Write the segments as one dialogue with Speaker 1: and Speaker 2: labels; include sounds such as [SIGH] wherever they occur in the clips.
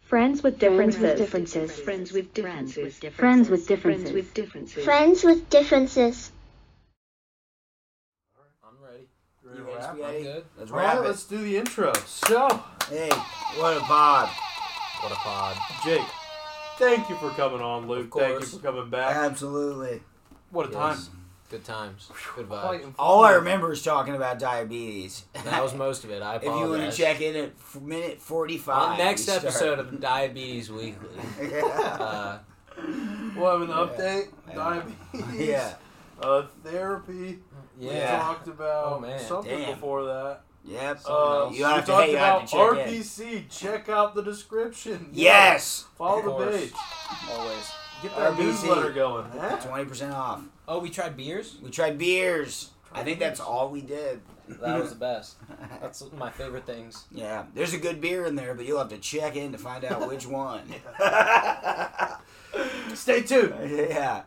Speaker 1: Friends with differences.
Speaker 2: differences.
Speaker 1: Friends with differences.
Speaker 2: Friends with
Speaker 1: Friends
Speaker 2: differences.
Speaker 1: with differences.
Speaker 3: Friends with differences.
Speaker 4: I'm ready.
Speaker 5: Ready
Speaker 4: You
Speaker 5: to wrap?
Speaker 4: guys be
Speaker 5: I'm
Speaker 4: ready?
Speaker 5: good. Let's
Speaker 4: All right,
Speaker 5: wrap
Speaker 4: let's
Speaker 5: it.
Speaker 4: do the intro. So,
Speaker 5: Hey, what a pod.
Speaker 4: what a pod. Jake, thank you for coming on, Luke. Thank you
Speaker 5: course.
Speaker 4: for coming back.
Speaker 5: Absolutely.
Speaker 4: what a
Speaker 6: Yes.
Speaker 4: time.
Speaker 6: Good times. Good
Speaker 4: Quite
Speaker 6: vibes.
Speaker 4: informative.
Speaker 5: All I remember is talking about diabetes.
Speaker 6: [LAUGHS] That was most of it. I
Speaker 5: if you want to
Speaker 6: apologize.
Speaker 5: check in at f- minute 45.
Speaker 6: on next
Speaker 5: we start.
Speaker 6: episode
Speaker 5: [LAUGHS]
Speaker 6: of Diabetes Weekly, [LAUGHS]
Speaker 5: yeah.
Speaker 6: uh,
Speaker 4: We'll have an update.
Speaker 5: Yeah.
Speaker 4: Diabetes.
Speaker 5: [LAUGHS] yeah.
Speaker 4: Uh, therapy. We
Speaker 6: yeah,
Speaker 4: talked about
Speaker 6: Oh, man.
Speaker 4: something
Speaker 5: Damn.
Speaker 4: before that.
Speaker 5: Yep.
Speaker 4: Uh,
Speaker 5: you have
Speaker 4: we
Speaker 5: to,
Speaker 4: talked
Speaker 5: hey, you have
Speaker 4: about
Speaker 5: to check in.
Speaker 4: RPC. Check out the description.
Speaker 5: Yes.
Speaker 4: Follow
Speaker 6: Of
Speaker 4: the
Speaker 6: course.
Speaker 4: page.
Speaker 6: always.
Speaker 4: Get that
Speaker 5: RPC.
Speaker 4: newsletter going. huh?
Speaker 5: 20% off.
Speaker 6: Oh, we tried beers.
Speaker 5: We tried beers. I think that's all we did.
Speaker 6: That was the best. That's my favorite things.
Speaker 5: Yeah, there's a good beer in there, but you'll have to check in to find out which one.
Speaker 4: Stay tuned.
Speaker 5: [LAUGHS] yeah.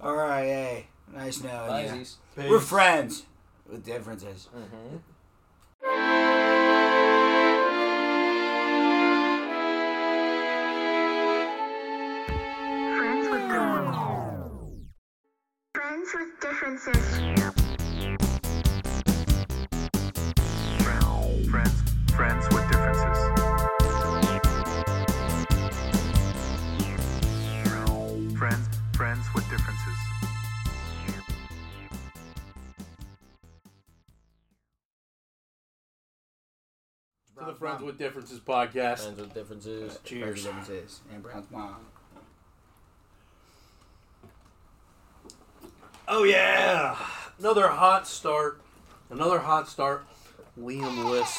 Speaker 5: All right, hey. Nice knowing you.
Speaker 6: Buzzies.
Speaker 5: We're
Speaker 4: Peace.
Speaker 5: friends with differences.
Speaker 6: Mm-hmm.
Speaker 3: Friends with differences. Friends with differences.
Speaker 7: Friends, friends, friends with differences. Friends, friends with differences.
Speaker 4: to the Friends with Differences podcast.
Speaker 6: Friends with differences.
Speaker 5: Friends
Speaker 4: Cheers.
Speaker 5: with differences. And Brown's mom.
Speaker 4: Oh yeah, another hot start. Another hot start. Liam Lewis.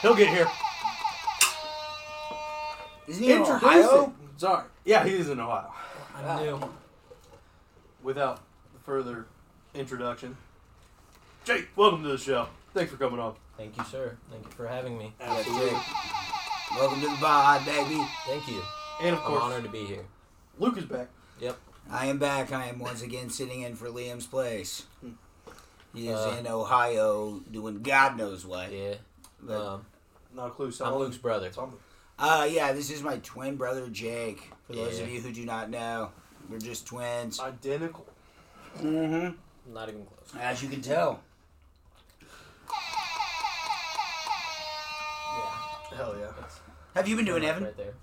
Speaker 4: He'll get here.
Speaker 5: Isn't he in
Speaker 4: Introduce
Speaker 5: Ohio?
Speaker 4: him. Sorry. Yeah, he is in Ohio.
Speaker 6: I knew.
Speaker 4: Without further introduction, Jake, welcome to the show. Thanks for coming on.
Speaker 6: Thank you, sir. Thank you for having me.
Speaker 4: Absolutely.
Speaker 5: Welcome to the pod, baby.
Speaker 6: Thank you.
Speaker 4: And of
Speaker 6: I'm
Speaker 4: course,
Speaker 6: honored to be here.
Speaker 4: Luke is back.
Speaker 5: I am back. I am once again sitting in for Liam's place. He is
Speaker 6: Hmm. Uh,
Speaker 5: in Ohio doing God knows what.
Speaker 6: Yeah.
Speaker 5: But,
Speaker 6: Um,
Speaker 4: Not a clue.
Speaker 6: I'm
Speaker 4: Solomon.
Speaker 6: Luke's brother.
Speaker 4: Solomon.
Speaker 5: Uh, yeah, this is my twin brother Jake. For those of
Speaker 6: Yeah. Uh,
Speaker 5: you who do not know, we're just twins.
Speaker 4: Identical.
Speaker 5: Mm-hmm.
Speaker 6: Not even close.
Speaker 5: As you can tell.
Speaker 6: Yeah.
Speaker 4: Hell yeah.
Speaker 6: That's
Speaker 5: Have you been doing Evan?
Speaker 6: right there.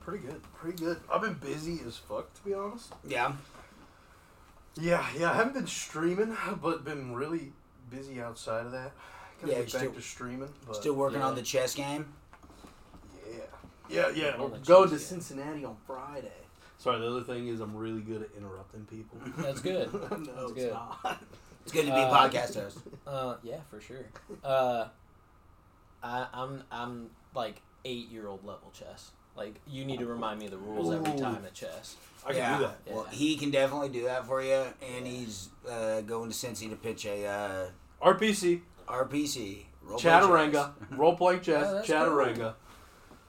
Speaker 4: Pretty good. Pretty good. I've been busy as fuck, to be honest.
Speaker 5: Yeah.
Speaker 4: Yeah, yeah. I haven't been streaming, but been really busy outside of that. Gotta
Speaker 5: Yeah,
Speaker 4: get
Speaker 5: you're
Speaker 4: back
Speaker 5: still-
Speaker 4: to streaming. But
Speaker 5: Still working on
Speaker 6: Yeah.
Speaker 5: the chess game.
Speaker 4: Yeah. Yeah, yeah.
Speaker 6: I'm
Speaker 4: We're
Speaker 6: on the
Speaker 4: going to
Speaker 6: chase, yeah.
Speaker 4: Cincinnati on Friday. Sorry, the other thing is I'm really good at interrupting [LAUGHS] people.
Speaker 6: That's good.
Speaker 4: no, it's
Speaker 6: good.
Speaker 4: not.
Speaker 5: It's good to be
Speaker 6: Uh,
Speaker 5: a podcast host.
Speaker 6: Uh, yeah, for sure. Uh, I, I'm I'm like eight year old level chess. Like you need to remind me of the rules every
Speaker 4: Ooh.
Speaker 6: time at chess.
Speaker 4: I can
Speaker 5: yeah.
Speaker 4: do that.
Speaker 5: Well,
Speaker 6: Yeah.
Speaker 5: he can definitely do that for you, and he's uh, going to Cincy to pitch a uh,
Speaker 4: RPC,
Speaker 5: RPC.
Speaker 4: Oh,
Speaker 5: role play
Speaker 4: Chaturanga, [LAUGHS]
Speaker 5: chess.
Speaker 4: role playing chess,
Speaker 6: Oh, that's
Speaker 4: Chaturanga.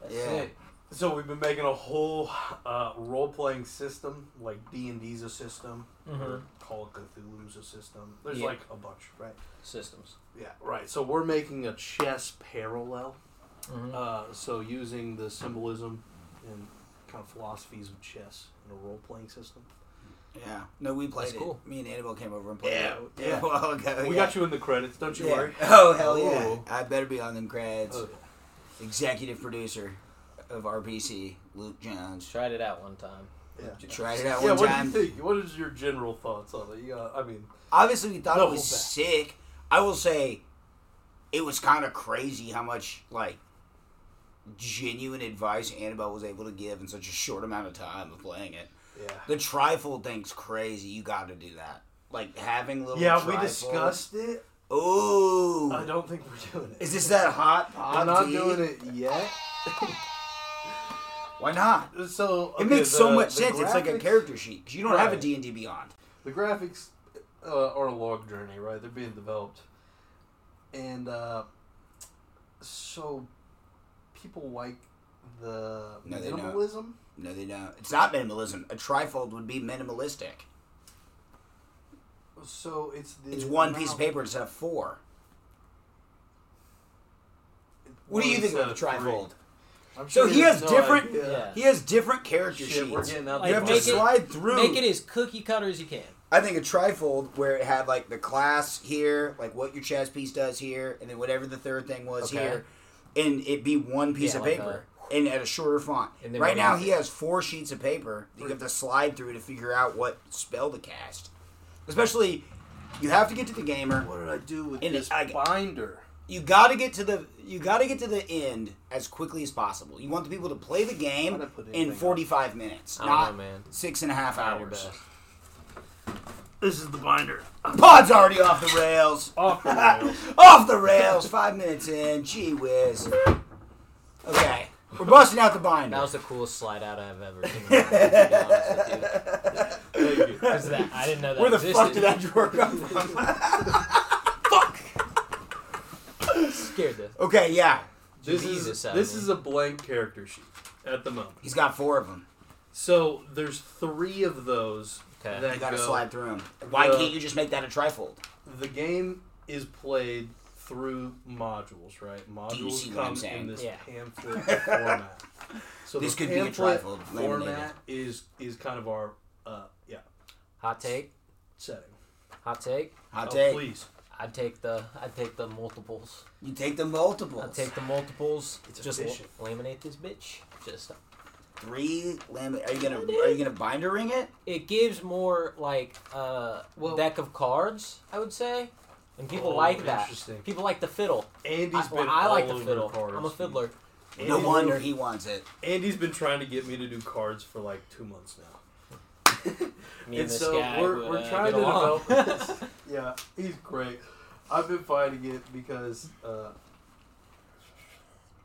Speaker 6: That's
Speaker 5: Yeah.
Speaker 6: sick.
Speaker 4: So we've been making a whole uh, role playing system, like D and D's a system, or
Speaker 6: Mm-hmm.
Speaker 4: Call of Cthulhu's a system. There's
Speaker 6: Yeah.
Speaker 4: like a bunch, right?
Speaker 6: Systems.
Speaker 4: Yeah, right. So we're making a chess parallel.
Speaker 5: Mm-hmm.
Speaker 6: Mhm.
Speaker 4: Uh, so using the symbolism and kind of philosophies of chess in a role playing system.
Speaker 5: Yeah. No, we played
Speaker 6: That's
Speaker 5: it.
Speaker 6: cool.
Speaker 5: Me and Annabelle came over and played
Speaker 4: Yeah,
Speaker 5: it. [LAUGHS]
Speaker 4: yeah.
Speaker 5: A while ago.
Speaker 4: we
Speaker 5: Uh, yeah.
Speaker 4: got you in the credits. Don't you
Speaker 5: Yeah.
Speaker 4: worry.
Speaker 5: [LAUGHS] Oh hell yeah!
Speaker 4: Oh.
Speaker 5: I better be on them creds.
Speaker 4: Oh,
Speaker 5: Executive producer of RPC, Luke Jones.
Speaker 6: Tried it out one time.
Speaker 4: yeah.
Speaker 5: Tried it out
Speaker 4: Yeah,
Speaker 5: one
Speaker 4: what
Speaker 5: time.
Speaker 4: do you think? What is your general thoughts on it? Yeah, I mean,
Speaker 5: Obviously, we thought
Speaker 4: No,
Speaker 5: it was
Speaker 4: hold back.
Speaker 5: sick. I will say, it was kind of crazy how much like genuine advice Annabelle was able to give in such a short amount of time of playing it.
Speaker 4: yeah.
Speaker 5: The trifold thing's crazy. You got to do that. Like having little.
Speaker 4: Yeah, we
Speaker 5: trifolds.
Speaker 4: discussed it.
Speaker 5: Ooh,
Speaker 4: I don't think we're doing it.
Speaker 5: is this that hot?
Speaker 4: I'm
Speaker 5: pot
Speaker 4: not
Speaker 5: tea?
Speaker 4: doing it yet.
Speaker 5: Why not?
Speaker 4: So
Speaker 5: It
Speaker 4: okay,
Speaker 5: makes so
Speaker 4: the-
Speaker 5: much
Speaker 4: the
Speaker 5: sense. It's like a
Speaker 4: graphics-
Speaker 5: character sheet 'cause you don't have a
Speaker 4: Right.
Speaker 5: D and D Beyond.
Speaker 4: The graphics uh, are a long journey, right? They're being developed, and uh, so people like the
Speaker 5: No, they don't.
Speaker 4: minimalism.
Speaker 5: No, they don't. It's not minimalism. A trifold would be minimalistic.
Speaker 4: So it's the
Speaker 5: It's one piece
Speaker 4: amount-
Speaker 5: of paper instead of four. What do
Speaker 4: one
Speaker 5: you think
Speaker 4: instead
Speaker 5: of
Speaker 4: three.
Speaker 5: trifold?
Speaker 4: I'm
Speaker 5: So
Speaker 4: sure
Speaker 5: he has
Speaker 4: no
Speaker 5: different-
Speaker 4: idea.
Speaker 6: Yeah.
Speaker 5: He has different character
Speaker 4: Shit, we're
Speaker 5: sheets.
Speaker 4: getting out
Speaker 6: Like,
Speaker 5: you
Speaker 4: there.
Speaker 5: have to
Speaker 6: make it-
Speaker 5: slide through.
Speaker 6: Make it as cookie cutter as you can.
Speaker 5: I think a trifold where it had like the class here, like what your chess piece does here, and then whatever the third thing was
Speaker 6: Okay.
Speaker 5: here, and it be one piece
Speaker 6: Yeah,
Speaker 5: of
Speaker 6: like
Speaker 5: paper and at a shorter font.
Speaker 6: And then
Speaker 5: Right now
Speaker 6: remove
Speaker 5: he
Speaker 6: it.
Speaker 5: has four sheets of paper that you have to slide through to figure out what spell to cast. Especially, you have to get to the gamer.
Speaker 4: What did I do with
Speaker 5: And
Speaker 4: this
Speaker 5: I-
Speaker 4: binder?
Speaker 5: You got to get to the you got to get to the end as quickly as possible. You want the people to play the
Speaker 4: I
Speaker 5: game
Speaker 4: didn't put anything
Speaker 5: in
Speaker 4: on.
Speaker 5: forty five minutes,
Speaker 6: I don't
Speaker 5: not
Speaker 6: know, man.
Speaker 5: six and a half
Speaker 6: Try your
Speaker 5: hours.
Speaker 6: best.
Speaker 4: This is the binder.
Speaker 5: Pod's already off the rails.
Speaker 4: [LAUGHS] Off the rails.
Speaker 5: [LAUGHS] Off the rails. Five minutes in. Gee whiz. Okay, we're busting out the binder.
Speaker 6: That was the coolest slide out I've ever seen. in my life, to be honest with you. [LAUGHS]
Speaker 4: Thank you.
Speaker 6: 'Cause of that, I didn't know that
Speaker 5: Where the
Speaker 6: existed.
Speaker 5: fuck did that drawer come from?
Speaker 6: Scared the
Speaker 5: okay, yeah,
Speaker 4: This
Speaker 6: Jesus,
Speaker 4: is
Speaker 6: I
Speaker 4: this
Speaker 6: mean.
Speaker 4: is a blank character sheet at the moment.
Speaker 5: he's got four of them.
Speaker 4: So there's three of those
Speaker 6: Okay.
Speaker 4: that
Speaker 5: You got to
Speaker 4: go.
Speaker 5: slide through them. Why
Speaker 4: Uh,
Speaker 5: can't you just make that a trifold?
Speaker 4: The game is played through modules, right?
Speaker 5: see
Speaker 4: Modules
Speaker 5: what I'm
Speaker 4: come
Speaker 5: saying?
Speaker 4: in this
Speaker 6: Yeah.
Speaker 4: pamphlet
Speaker 5: [LAUGHS]
Speaker 4: format. So
Speaker 5: This
Speaker 4: the
Speaker 5: could be a
Speaker 4: pamphlet
Speaker 5: trifold laminated.
Speaker 4: format is is kind of our uh yeah
Speaker 6: hot take.
Speaker 4: setting.
Speaker 6: Hot take.
Speaker 5: Hot
Speaker 4: oh,
Speaker 5: take.
Speaker 4: please.
Speaker 6: I'd take the I'd take the multiples.
Speaker 5: You take the multiples.
Speaker 6: I'd take the multiples.
Speaker 4: It's
Speaker 6: just
Speaker 4: efficient.
Speaker 6: la- laminate this bitch. Just
Speaker 5: three lam- Are you gonna are you gonna binder ring it?
Speaker 6: it gives more like a
Speaker 4: Well-
Speaker 6: deck of cards, I would say, and people
Speaker 4: Oh,
Speaker 6: like that.
Speaker 4: interesting.
Speaker 6: People like the fiddle.
Speaker 4: Andy's
Speaker 6: I,
Speaker 4: been
Speaker 6: well, I
Speaker 4: all
Speaker 6: like the
Speaker 4: over
Speaker 6: fiddle.
Speaker 4: cards.
Speaker 6: I'm a fiddler.
Speaker 4: Andy-
Speaker 5: No wonder he wants it.
Speaker 4: Andy's been trying to get me to do cards for like two months now.
Speaker 5: [LAUGHS]
Speaker 6: Me and,
Speaker 4: And
Speaker 6: this
Speaker 4: so
Speaker 6: guy
Speaker 4: we're-
Speaker 6: would,
Speaker 4: we're
Speaker 6: uh,
Speaker 4: trying
Speaker 6: get
Speaker 4: to
Speaker 6: along. [LAUGHS]
Speaker 4: develop Yeah, he's great. I've been fighting it because uh,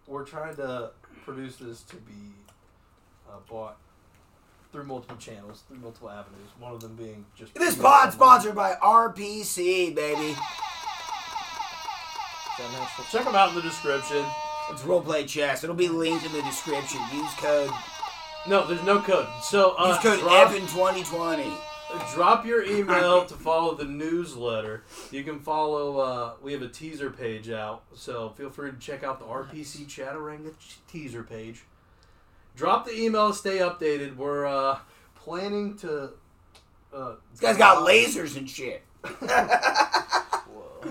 Speaker 4: we're trying to produce this to be uh, bought through multiple channels, through multiple avenues. One of them being just
Speaker 5: This pod sponsored by RPC, baby.
Speaker 6: Is that an actual-
Speaker 4: Check them out in the description.
Speaker 5: It's roleplay chess. It'll be linked in the description. Use code.
Speaker 4: No, there's no code. So uh,
Speaker 5: Use code
Speaker 4: drop,
Speaker 5: Evan2020.
Speaker 4: drop your email to follow the newsletter. You can follow. Uh, we have a teaser page out, so feel free to check out the RPC Chaturanga ch- teaser page. Drop the email. Stay updated. We're uh, planning to. Uh,
Speaker 5: This guy's got lasers and shit.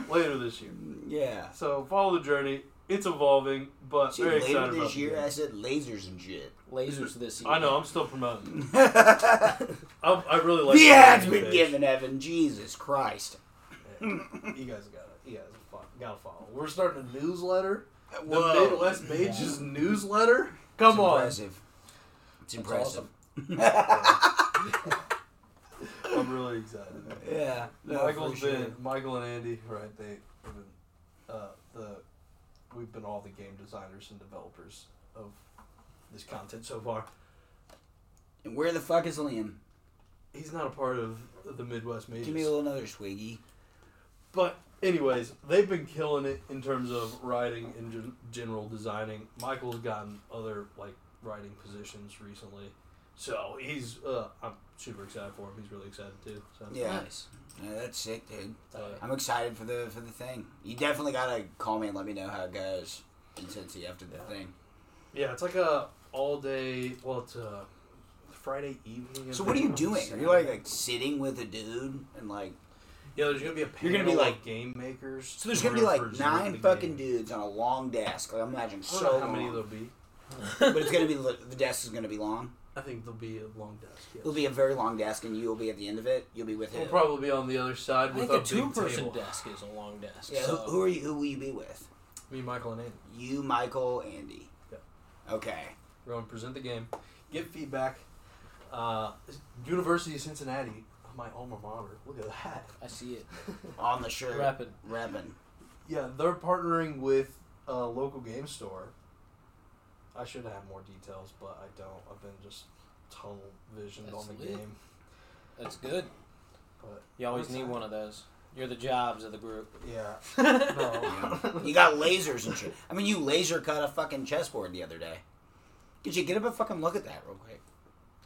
Speaker 4: later this year.
Speaker 5: Yeah.
Speaker 4: So follow the journey. It's evolving, but
Speaker 5: See,
Speaker 4: very
Speaker 5: later
Speaker 4: excited about
Speaker 5: this
Speaker 4: the
Speaker 5: year,
Speaker 4: game.
Speaker 5: I said lasers and shit.
Speaker 6: lasers this year.
Speaker 4: I know. I'm still
Speaker 5: [LAUGHS]
Speaker 4: promoting.
Speaker 5: the
Speaker 4: I, I really like
Speaker 5: ad's
Speaker 4: teaser
Speaker 5: been
Speaker 4: page.
Speaker 5: given, Evan. Jesus Christ.
Speaker 4: You guys gotta, you guys fo- gotta follow. We're starting a newsletter.
Speaker 5: Whoa.
Speaker 4: The Midwest Mages newsletter. Come
Speaker 5: It's
Speaker 4: on,
Speaker 5: impressive. It's impressive.
Speaker 4: I'm really excited.
Speaker 5: Yeah. [LAUGHS] No,
Speaker 4: Michael's
Speaker 5: for sure.
Speaker 4: been Michael and Andy, right? They have been uh, the we've been all the game designers and developers of this content so far.
Speaker 5: And where the fuck is Liam?
Speaker 4: He's not a part of the Midwest Mages.
Speaker 5: Give me a little another swiggy.
Speaker 4: But anyways, they've been killing it in terms of writing and gen- general designing. Michael's gotten other like writing positions recently, so he's uh, I'm super excited for him. He's really excited too. So
Speaker 5: Yeah.
Speaker 6: Nice.
Speaker 5: Yeah, that's sick, dude.
Speaker 4: Uh,
Speaker 5: I'm excited for the for the thing. You definitely gotta call me and let me know how it goes. Intensity after the thing.
Speaker 4: yeah, it's like a all day. Well, it's a Friday evening.
Speaker 5: So what are you
Speaker 4: event on
Speaker 5: doing? Are you like
Speaker 4: Saturday.
Speaker 5: like sitting with a dude and like
Speaker 4: yeah, there's gonna be a
Speaker 5: You're
Speaker 4: panel
Speaker 5: gonna be
Speaker 4: of
Speaker 5: like-
Speaker 4: game makers.
Speaker 5: so there's gonna be like nine fucking
Speaker 4: dudes.
Speaker 5: dudes on a long desk. Like I'm imagining
Speaker 4: I don't
Speaker 5: so
Speaker 4: know how many
Speaker 5: long.
Speaker 4: there'll be. [LAUGHS]
Speaker 5: but it's gonna be li- the desk is gonna be long.
Speaker 4: I think there'll be a long desk. Yes.
Speaker 5: It'll be a very long desk, and you'll be at the end of it. You'll be with
Speaker 4: We'll
Speaker 5: him.
Speaker 4: probably be on the other side
Speaker 6: I
Speaker 4: with
Speaker 6: think
Speaker 4: a
Speaker 6: a
Speaker 4: big
Speaker 6: two-person
Speaker 4: table.
Speaker 6: desk is a long desk.
Speaker 5: yeah.
Speaker 6: so
Speaker 5: Who, who are you? Who will you be with?
Speaker 4: Me, Michael, and Andy.
Speaker 5: You, Michael, Andy.
Speaker 4: Yeah.
Speaker 5: Okay.
Speaker 4: We're going to present the game, get feedback. Uh, University of Cincinnati, my alma mater. Look at that.
Speaker 6: I see it.
Speaker 5: On the shirt.
Speaker 6: Rapid.
Speaker 5: Rapping.
Speaker 4: Yeah, they're partnering with a local game store. I should have more details, but I don't. I've been just tunnel visioned
Speaker 6: That's
Speaker 4: on the
Speaker 6: lit.
Speaker 4: game.
Speaker 6: That's good.
Speaker 4: But
Speaker 6: You always need one of those. You're the jobs of the group. [LAUGHS]
Speaker 4: Yeah.
Speaker 5: Yeah.
Speaker 4: No. [LAUGHS]
Speaker 5: You got lasers and shit. I mean, you laser cut a fucking chessboard the other day. Could you get up a fucking look at that real quick?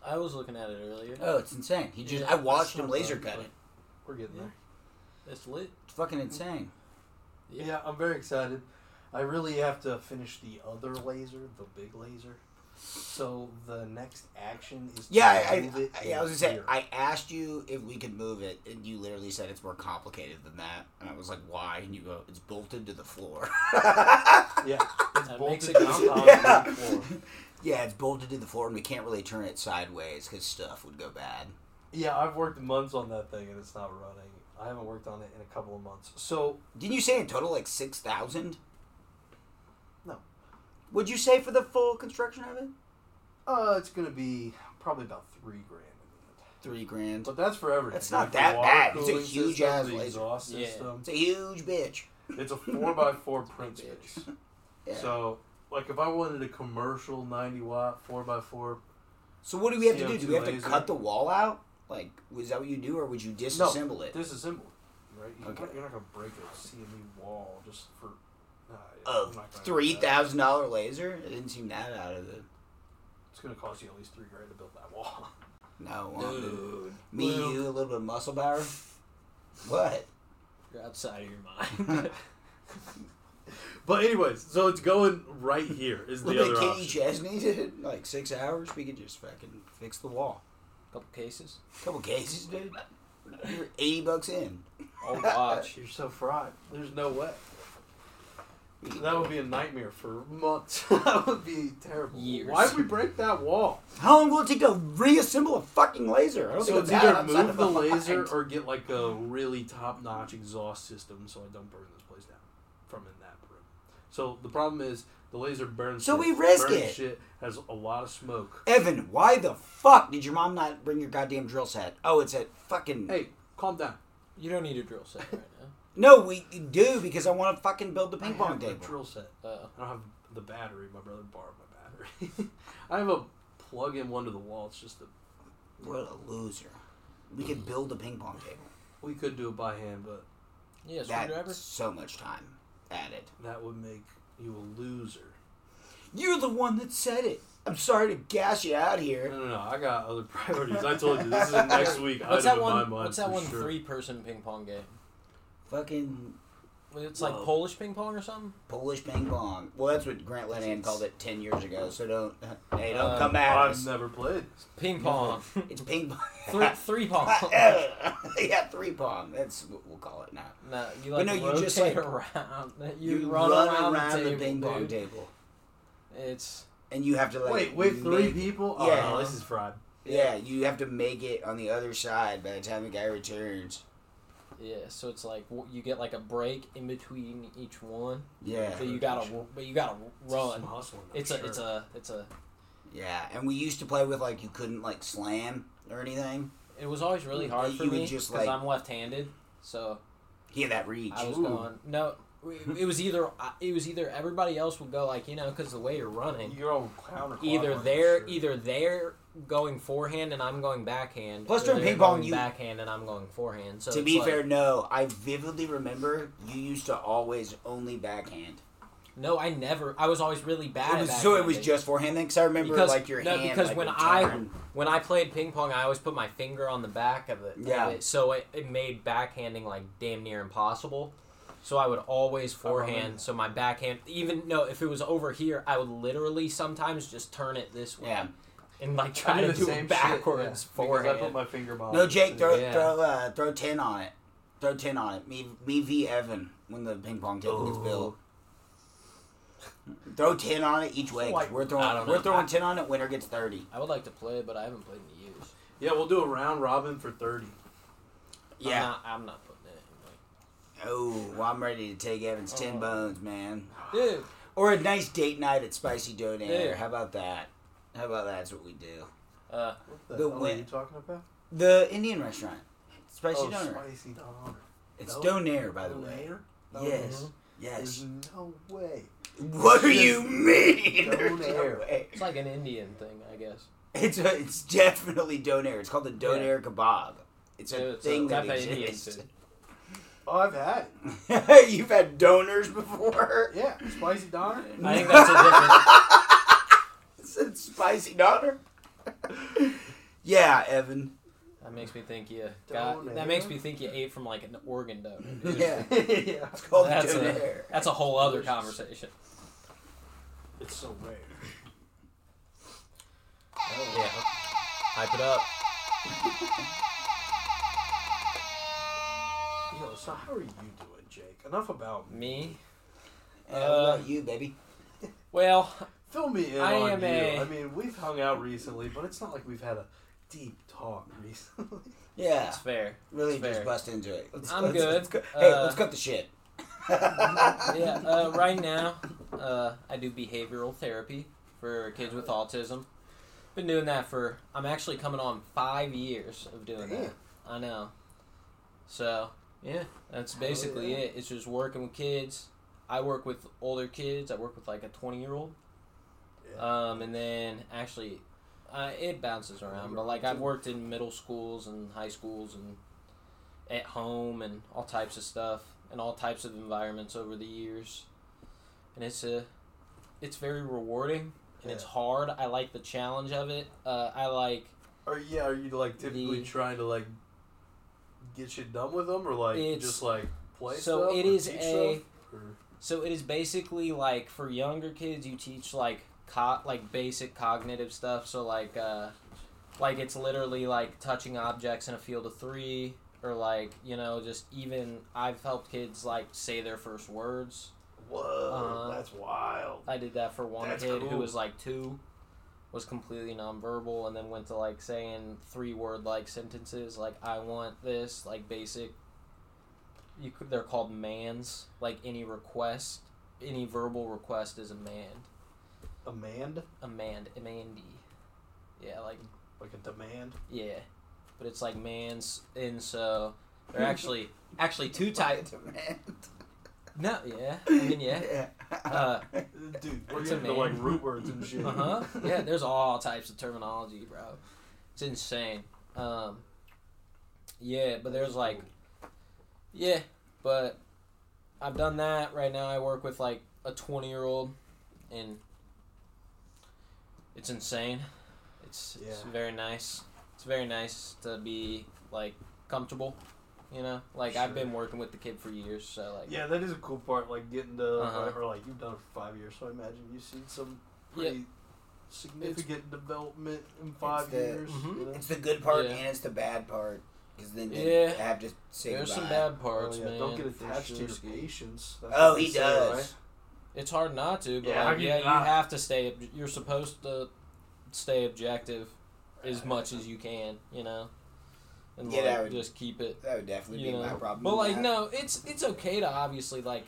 Speaker 6: I was looking at it earlier.
Speaker 5: Oh, it's insane. He just
Speaker 6: Yeah,
Speaker 5: I watched
Speaker 4: that's
Speaker 5: him
Speaker 4: not
Speaker 5: laser
Speaker 4: bad,
Speaker 5: cut
Speaker 4: but-
Speaker 5: it.
Speaker 4: We're getting there.
Speaker 6: It's lit.
Speaker 5: It's fucking insane.
Speaker 4: Yeah, I'm very excited. I really have to finish the other laser, the big laser. So the next action is to
Speaker 5: Yeah, I,
Speaker 4: move
Speaker 5: I,
Speaker 4: it
Speaker 5: I, I was gonna say
Speaker 4: here.
Speaker 5: I asked you if we could move it, and you literally said it's more complicated than that, and I was like, "Why?" And you go, "It's bolted to the floor." [LAUGHS]
Speaker 6: [LAUGHS]
Speaker 4: yeah, it's
Speaker 6: That makes
Speaker 4: bolted
Speaker 6: it
Speaker 4: down on
Speaker 5: Yeah.
Speaker 4: the floor.
Speaker 6: [LAUGHS]
Speaker 5: yeah, it's bolted to the floor, and we can't really turn it sideways because stuff would go bad.
Speaker 4: Yeah, I've worked months on that thing and it's not running. I haven't worked on it in a couple of months. So
Speaker 5: Didn't you say in total like six thousand?
Speaker 4: No.
Speaker 5: Would you say for the full construction of it?
Speaker 4: uh, it's gonna be probably about three grand.
Speaker 5: Three grand.
Speaker 4: But that's for everything.
Speaker 5: That's not
Speaker 4: Like the
Speaker 5: that
Speaker 4: water
Speaker 5: bad. It's a
Speaker 4: cooling
Speaker 5: huge
Speaker 4: system,
Speaker 5: ass
Speaker 4: the
Speaker 5: laser.
Speaker 4: exhaust
Speaker 6: Yeah.
Speaker 4: system.
Speaker 5: It's a huge bitch.
Speaker 4: It's a four by four print
Speaker 6: Bitch.
Speaker 4: space.
Speaker 5: [LAUGHS] Yeah. So,
Speaker 4: So, like, if I wanted a commercial 90 watt 4x4,
Speaker 5: what do we have to do?
Speaker 4: CO2
Speaker 5: Do we have to
Speaker 4: laser.
Speaker 5: cut the wall out? Like, was that what you do, or would you disassemble it?
Speaker 4: disassemble it, right? You're,
Speaker 5: Okay.
Speaker 4: not, you're not gonna break a CME wall just for. Nah,
Speaker 5: A
Speaker 4: I'm not gonna do
Speaker 5: three
Speaker 4: that.
Speaker 5: thousand dollar laser? It didn't seem that out of the
Speaker 4: It's gonna cost you at least three grand to build that wall. [LAUGHS]
Speaker 5: no. um,
Speaker 6: Dude,
Speaker 5: Me,
Speaker 6: Luke,
Speaker 5: you, a little bit of muscle power. What?
Speaker 6: you're outside of your mind.
Speaker 4: But anyways, so it's going right here is the
Speaker 5: Little bit
Speaker 4: other
Speaker 5: of Kenny
Speaker 4: option.
Speaker 5: Chesney did [LAUGHS] like six hours. We could just fucking fix the wall.
Speaker 6: [LAUGHS] Couple cases.
Speaker 5: Couple cases, dude. You're eighty bucks in.
Speaker 6: I'll watch.
Speaker 4: You're so fried. There's no way.
Speaker 5: We could-
Speaker 4: That would be a nightmare for months. [LAUGHS] that would be terrible.
Speaker 6: Years.
Speaker 4: Why'd we break that wall?
Speaker 5: How long will it take to reassemble a fucking laser? I don't
Speaker 4: So
Speaker 5: think
Speaker 4: it's
Speaker 5: that
Speaker 4: either
Speaker 5: outside
Speaker 4: move
Speaker 5: of
Speaker 4: the
Speaker 5: my
Speaker 4: laser
Speaker 5: mind.
Speaker 4: or get like a really top notch exhaust system so I don't burn this place down from in that room. So the problem is the laser burns.
Speaker 5: So
Speaker 4: shit.
Speaker 5: we risk
Speaker 4: Burning
Speaker 5: it.
Speaker 4: Shit has a lot of smoke.
Speaker 5: Evan, why the fuck did your mom not bring your goddamn drill set? Oh, it's at fucking.
Speaker 4: Hey, calm down.
Speaker 6: You don't need a drill set right now.
Speaker 5: No, we do because I want to fucking build the
Speaker 4: I
Speaker 5: ping
Speaker 4: have
Speaker 5: pong
Speaker 4: the
Speaker 5: table.
Speaker 4: drill set.
Speaker 6: Uh,
Speaker 4: I don't have the battery. My brother borrowed my battery. [LAUGHS] I have a plug-in one to the wall. It's just a.
Speaker 5: What a loser. We could build a ping pong table.
Speaker 4: We could do it by hand, but
Speaker 6: yeah, screwdriver.
Speaker 5: That's so much time added.
Speaker 4: that would make you a loser.
Speaker 5: You're the one that said it. I'm sorry to gas you out
Speaker 4: No,
Speaker 5: here.
Speaker 4: no, no. I got other [LAUGHS] priorities. I told you this is [LAUGHS] a next week
Speaker 6: What's
Speaker 4: item
Speaker 6: that
Speaker 4: in my
Speaker 6: one?
Speaker 4: mind.
Speaker 6: What's that
Speaker 4: for
Speaker 6: one
Speaker 4: sure.
Speaker 6: three-person ping pong game?
Speaker 5: Fucking
Speaker 6: It's like
Speaker 5: Whoa.
Speaker 6: Polish ping pong or something.
Speaker 5: Polish ping pong. Well, that's what Grant Lennon called it ten years ago. So don't, [LAUGHS] hey, don't
Speaker 6: Um,
Speaker 5: come at
Speaker 4: I've
Speaker 5: us.
Speaker 4: never played.
Speaker 6: Ping
Speaker 5: [LAUGHS]
Speaker 6: pong.
Speaker 5: It's ping pong. [LAUGHS]
Speaker 6: three, three pong. [LAUGHS]
Speaker 5: yeah, three pong. That's what we'll call it now.
Speaker 6: no, you like
Speaker 5: But no, you
Speaker 6: rotate
Speaker 5: just, like,
Speaker 6: around. [LAUGHS] You, run, around, the, table,
Speaker 5: ping pong
Speaker 6: dude.
Speaker 5: table,
Speaker 6: It's
Speaker 5: and you have to like
Speaker 4: Wait, with three
Speaker 5: make-
Speaker 4: people?
Speaker 5: Yeah.
Speaker 4: Oh, no, this is fried.
Speaker 5: Yeah, you have to make it on the other side by the time the guy returns.
Speaker 6: yeah. So it's like w- you get like a break in between each one,
Speaker 5: Yeah,
Speaker 6: but you gotta, w- but you gotta run.
Speaker 4: Some hustling, I'm
Speaker 6: It's a,
Speaker 4: sure.
Speaker 6: it's a, it's a.
Speaker 5: yeah. And we used to play with like you couldn't like slam or anything.
Speaker 6: It was always really hard for
Speaker 5: You would
Speaker 6: me
Speaker 5: just,
Speaker 6: because
Speaker 5: like-
Speaker 6: I'm left-handed, so
Speaker 5: Hear that reach?
Speaker 6: I was
Speaker 4: Ooh.
Speaker 6: going no. It was either it was either everybody else would go like you know because the way you're running,
Speaker 4: You're on counterclockwise.
Speaker 6: either they're
Speaker 4: sure.
Speaker 6: either they're going forehand and I'm going backhand.
Speaker 5: Plus
Speaker 6: or
Speaker 5: during
Speaker 6: they're
Speaker 5: ping pong,
Speaker 6: going
Speaker 5: you-
Speaker 6: backhand and I'm going forehand. So
Speaker 5: to
Speaker 6: it's
Speaker 5: be
Speaker 6: like-
Speaker 5: fair, no. I vividly remember you used to always only backhand.
Speaker 6: no, I never. I was always really bad.
Speaker 5: It was,
Speaker 6: at
Speaker 5: so it was
Speaker 6: backhanding.
Speaker 5: just forehand then, because I remember
Speaker 6: Because-
Speaker 5: like your
Speaker 6: no,
Speaker 5: hand.
Speaker 6: because
Speaker 5: like,
Speaker 6: when
Speaker 5: would
Speaker 6: I-
Speaker 5: turn.
Speaker 6: when I played ping pong. I always put my finger on the back of it. of
Speaker 5: Yeah.
Speaker 6: it, so it, it made backhanding like damn near impossible. So I would always forehand. So my backhand, even no, if it was over here, I would literally sometimes just turn it this way
Speaker 5: yeah.
Speaker 6: and like
Speaker 4: I
Speaker 6: try to
Speaker 4: do the
Speaker 6: do
Speaker 4: same
Speaker 6: it backwards
Speaker 4: shit, yeah, because
Speaker 6: forehand.
Speaker 4: I put my finger behind
Speaker 5: No,
Speaker 4: it,
Speaker 5: Jake,
Speaker 4: too.
Speaker 5: throw
Speaker 6: Oh, Yeah.
Speaker 5: throw uh, throw ten on it. Throw ten on it. Me me v Evan when the ping pong table gets built. Throw ten on it each way. 'cause we're
Speaker 6: I don't
Speaker 5: throwing
Speaker 6: know.
Speaker 5: we're throwing ten on it. Winner gets thirty.
Speaker 6: I would like to play, but I haven't played in years.
Speaker 4: Yeah, we'll do a round robin for 30.
Speaker 6: I'm
Speaker 5: Yeah.
Speaker 6: not, I'm not putting it
Speaker 5: Oh, well, I'm ready to take Evan's
Speaker 4: Oh.
Speaker 5: ten bones, man.
Speaker 6: in. Like, dude,
Speaker 5: Or a nice date night at Spicy Donator.
Speaker 6: Yeah.
Speaker 5: How about that? How about that's what we do?
Speaker 6: uh,
Speaker 4: What the,
Speaker 5: The
Speaker 4: hell are
Speaker 5: win-
Speaker 4: you talking about?
Speaker 5: The Indian restaurant, Spicy
Speaker 4: oh,
Speaker 5: Donator.
Speaker 4: spicy doner.
Speaker 5: It's
Speaker 4: No.
Speaker 5: Donair, by the way.
Speaker 4: Donair? Mm-hmm.
Speaker 5: Yes.
Speaker 4: There's
Speaker 5: Yes.
Speaker 4: no way.
Speaker 5: What do you mean? [LAUGHS]
Speaker 4: Donair.
Speaker 5: There's no way.
Speaker 6: it's like an Indian thing, I guess.
Speaker 5: It's a, it's definitely donair. It's called the donair kebab. It's a
Speaker 6: Yeah, it's
Speaker 5: thing
Speaker 6: a-
Speaker 5: that
Speaker 6: that's an Indian
Speaker 5: exists.
Speaker 6: thing.
Speaker 4: Oh, I've had it.
Speaker 5: [LAUGHS] You've had donors before.
Speaker 4: Yeah, spicy doner.
Speaker 6: [LAUGHS]
Speaker 4: [LAUGHS]
Speaker 6: I
Speaker 5: [LAUGHS]
Speaker 6: think that's a different. [LAUGHS]
Speaker 5: It's a spicy doner. [LAUGHS] yeah, Evan.
Speaker 6: That makes me think you
Speaker 4: Donator?
Speaker 6: got. That makes me think you ate from like an organ donor. dude.
Speaker 5: Yeah.
Speaker 4: yeah.
Speaker 5: It's called
Speaker 6: That's
Speaker 5: that's
Speaker 6: a, that's a whole other conversation.
Speaker 4: It's so rare.
Speaker 6: Yeah. Hype it up.
Speaker 4: Yo, so how are you doing, Jake? Enough about me.
Speaker 6: Me? uh,
Speaker 5: what about you, baby?
Speaker 6: Well,
Speaker 4: Fill me in
Speaker 6: I
Speaker 4: on
Speaker 6: am
Speaker 4: you.
Speaker 6: a-
Speaker 4: I mean, we've hung out recently, but it's not like we've had a deep talk recently. [LAUGHS]
Speaker 5: Yeah.
Speaker 6: it's fair.
Speaker 5: Really
Speaker 6: it's
Speaker 5: just
Speaker 6: fair.
Speaker 5: bust into it. Let's,
Speaker 6: I'm
Speaker 5: let's-
Speaker 6: good.
Speaker 5: let's go- hey,
Speaker 6: Uh,
Speaker 5: let's cut the shit.
Speaker 6: [LAUGHS] Yeah. Uh, right now, uh, I do behavioral therapy for kids with autism. Been doing that for. I'm actually coming on five years of doing that. I know. So yeah, that's basically
Speaker 4: yeah.
Speaker 6: it. It's just working with kids. I work with older kids. I work with like a 20 year old. Um, and then actually, uh, it bounces around. But like I've worked in middle schools and high schools and at home and all types of stuff and all types of environments over the years. And it's a, it's very rewarding and it's
Speaker 4: Yeah.
Speaker 6: hard. I like the challenge of it. Uh, I like
Speaker 4: Are yeah? Are you like typically
Speaker 6: The-
Speaker 4: trying to like get shit done with them, or like
Speaker 6: It's-
Speaker 4: just like play
Speaker 6: so
Speaker 4: stuff?
Speaker 6: it
Speaker 4: or
Speaker 6: is
Speaker 4: teach
Speaker 6: a-
Speaker 4: stuff, or-
Speaker 6: So it is basically like for younger kids, you teach like co- like basic cognitive stuff. So like uh, like it's literally like touching objects in a field of three, or like you know just even I've helped kids like say their first words.
Speaker 4: Whoa,
Speaker 6: Uh,
Speaker 4: that's wild.
Speaker 6: I did that for one
Speaker 4: That's
Speaker 6: kid who
Speaker 4: cool.
Speaker 6: was like two, was completely nonverbal, and then went to like saying three word like sentences like "I want this," like basic. You could, they're called mans. Like any request, any verbal request is a man.
Speaker 4: Amanda,
Speaker 6: A man, a mandy. Yeah, like
Speaker 4: like a demand.
Speaker 6: yeah, but it's like mans, and so they're
Speaker 4: [LAUGHS]
Speaker 6: actually actually two types. No, yeah, I mean
Speaker 4: [LAUGHS]
Speaker 6: yeah. Uh,
Speaker 4: Dude, we're
Speaker 6: What's
Speaker 4: into like
Speaker 6: Amanda?
Speaker 4: root
Speaker 6: [LAUGHS]
Speaker 4: words and shit.
Speaker 6: Uh huh.
Speaker 4: [LAUGHS]
Speaker 6: Yeah, there's all types of terminology, bro. It's insane. Um, yeah, but there's like, yeah, but I've done that. Right now, I work with like a 20 year old, and it's insane. It's it's
Speaker 4: Yeah.
Speaker 6: very nice. It's very nice to be like comfortable. You know, like I've been working with the kid for years, so like
Speaker 4: Yeah, that is a cool part. Like getting to
Speaker 6: Uh-huh.
Speaker 4: or like you've done it for five years, so I imagine you've seen some pretty significant development in five
Speaker 5: the-
Speaker 4: years.
Speaker 6: Mhm.
Speaker 4: you know?
Speaker 5: It's the good part
Speaker 6: Yeah.
Speaker 5: and it's the bad part. Because then you
Speaker 6: Yeah.
Speaker 5: have to say
Speaker 6: there's some
Speaker 5: goodbye.
Speaker 6: bad parts,
Speaker 4: Oh, yeah,
Speaker 6: man.
Speaker 4: Don't get
Speaker 6: for
Speaker 4: attached to
Speaker 6: sure,
Speaker 4: your
Speaker 6: Ski.
Speaker 4: patients. That's
Speaker 5: Oh,
Speaker 4: what
Speaker 5: he
Speaker 4: they say,
Speaker 5: does.
Speaker 4: right?
Speaker 6: It's hard not to, but
Speaker 4: Yeah,
Speaker 6: yeah,
Speaker 4: how
Speaker 6: like,
Speaker 4: can
Speaker 6: yeah
Speaker 4: you
Speaker 6: you
Speaker 4: not?
Speaker 6: have to stay. ob- You're supposed to stay objective as much as you can, you know, and
Speaker 5: Yeah,
Speaker 6: like,
Speaker 5: that would-
Speaker 6: just keep it.
Speaker 5: That would definitely
Speaker 6: You
Speaker 5: be
Speaker 6: know,
Speaker 5: my problem.
Speaker 6: but
Speaker 5: with
Speaker 6: like,
Speaker 5: that.
Speaker 6: no, it's it's okay to obviously like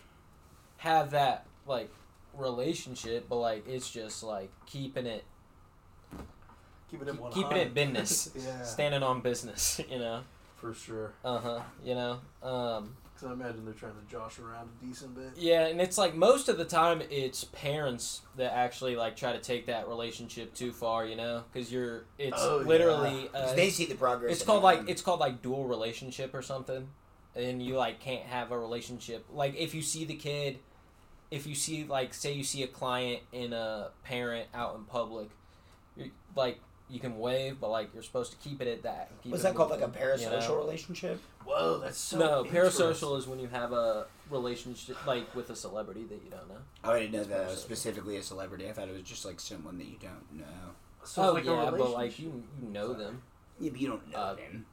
Speaker 6: have that like relationship, but like it's just like keeping it
Speaker 4: Keep it in one
Speaker 6: keeping it business,
Speaker 4: [LAUGHS] Yeah.
Speaker 6: standing on business, [LAUGHS] you know.
Speaker 4: for sure.
Speaker 6: Uh huh. You know. Um.
Speaker 4: Because I imagine they're trying to josh around a decent bit.
Speaker 6: Yeah, and it's like most of the time it's parents that actually like try to take that relationship too far, you know, because you're it's
Speaker 4: Oh,
Speaker 6: literally uh,
Speaker 5: 'Cause they see the progress.
Speaker 6: it's
Speaker 5: in
Speaker 6: called
Speaker 5: it.
Speaker 6: like it's called like dual relationship or something, and you like can't have a relationship like if you see the kid, if you see like say you see a client and a parent out in public, you're, like you can wave, but like you're supposed to keep it at that. keep
Speaker 5: What's
Speaker 6: it
Speaker 5: that called? Like a
Speaker 6: moving, you
Speaker 5: parasocial
Speaker 6: know?
Speaker 5: relationship?
Speaker 4: Whoa, that's so
Speaker 6: no,
Speaker 4: interesting.
Speaker 6: parasocial is when you have a relationship like with a celebrity that you don't know.
Speaker 5: Oh, I didn't know that. I
Speaker 6: Parasocial.
Speaker 5: was specifically a celebrity. I thought it was just like someone that you don't know.
Speaker 4: So it's
Speaker 6: oh
Speaker 4: like a
Speaker 6: yeah, but like
Speaker 4: relationship.
Speaker 6: you you know them.
Speaker 5: Yeah, but you don't know
Speaker 6: Uh,
Speaker 5: them.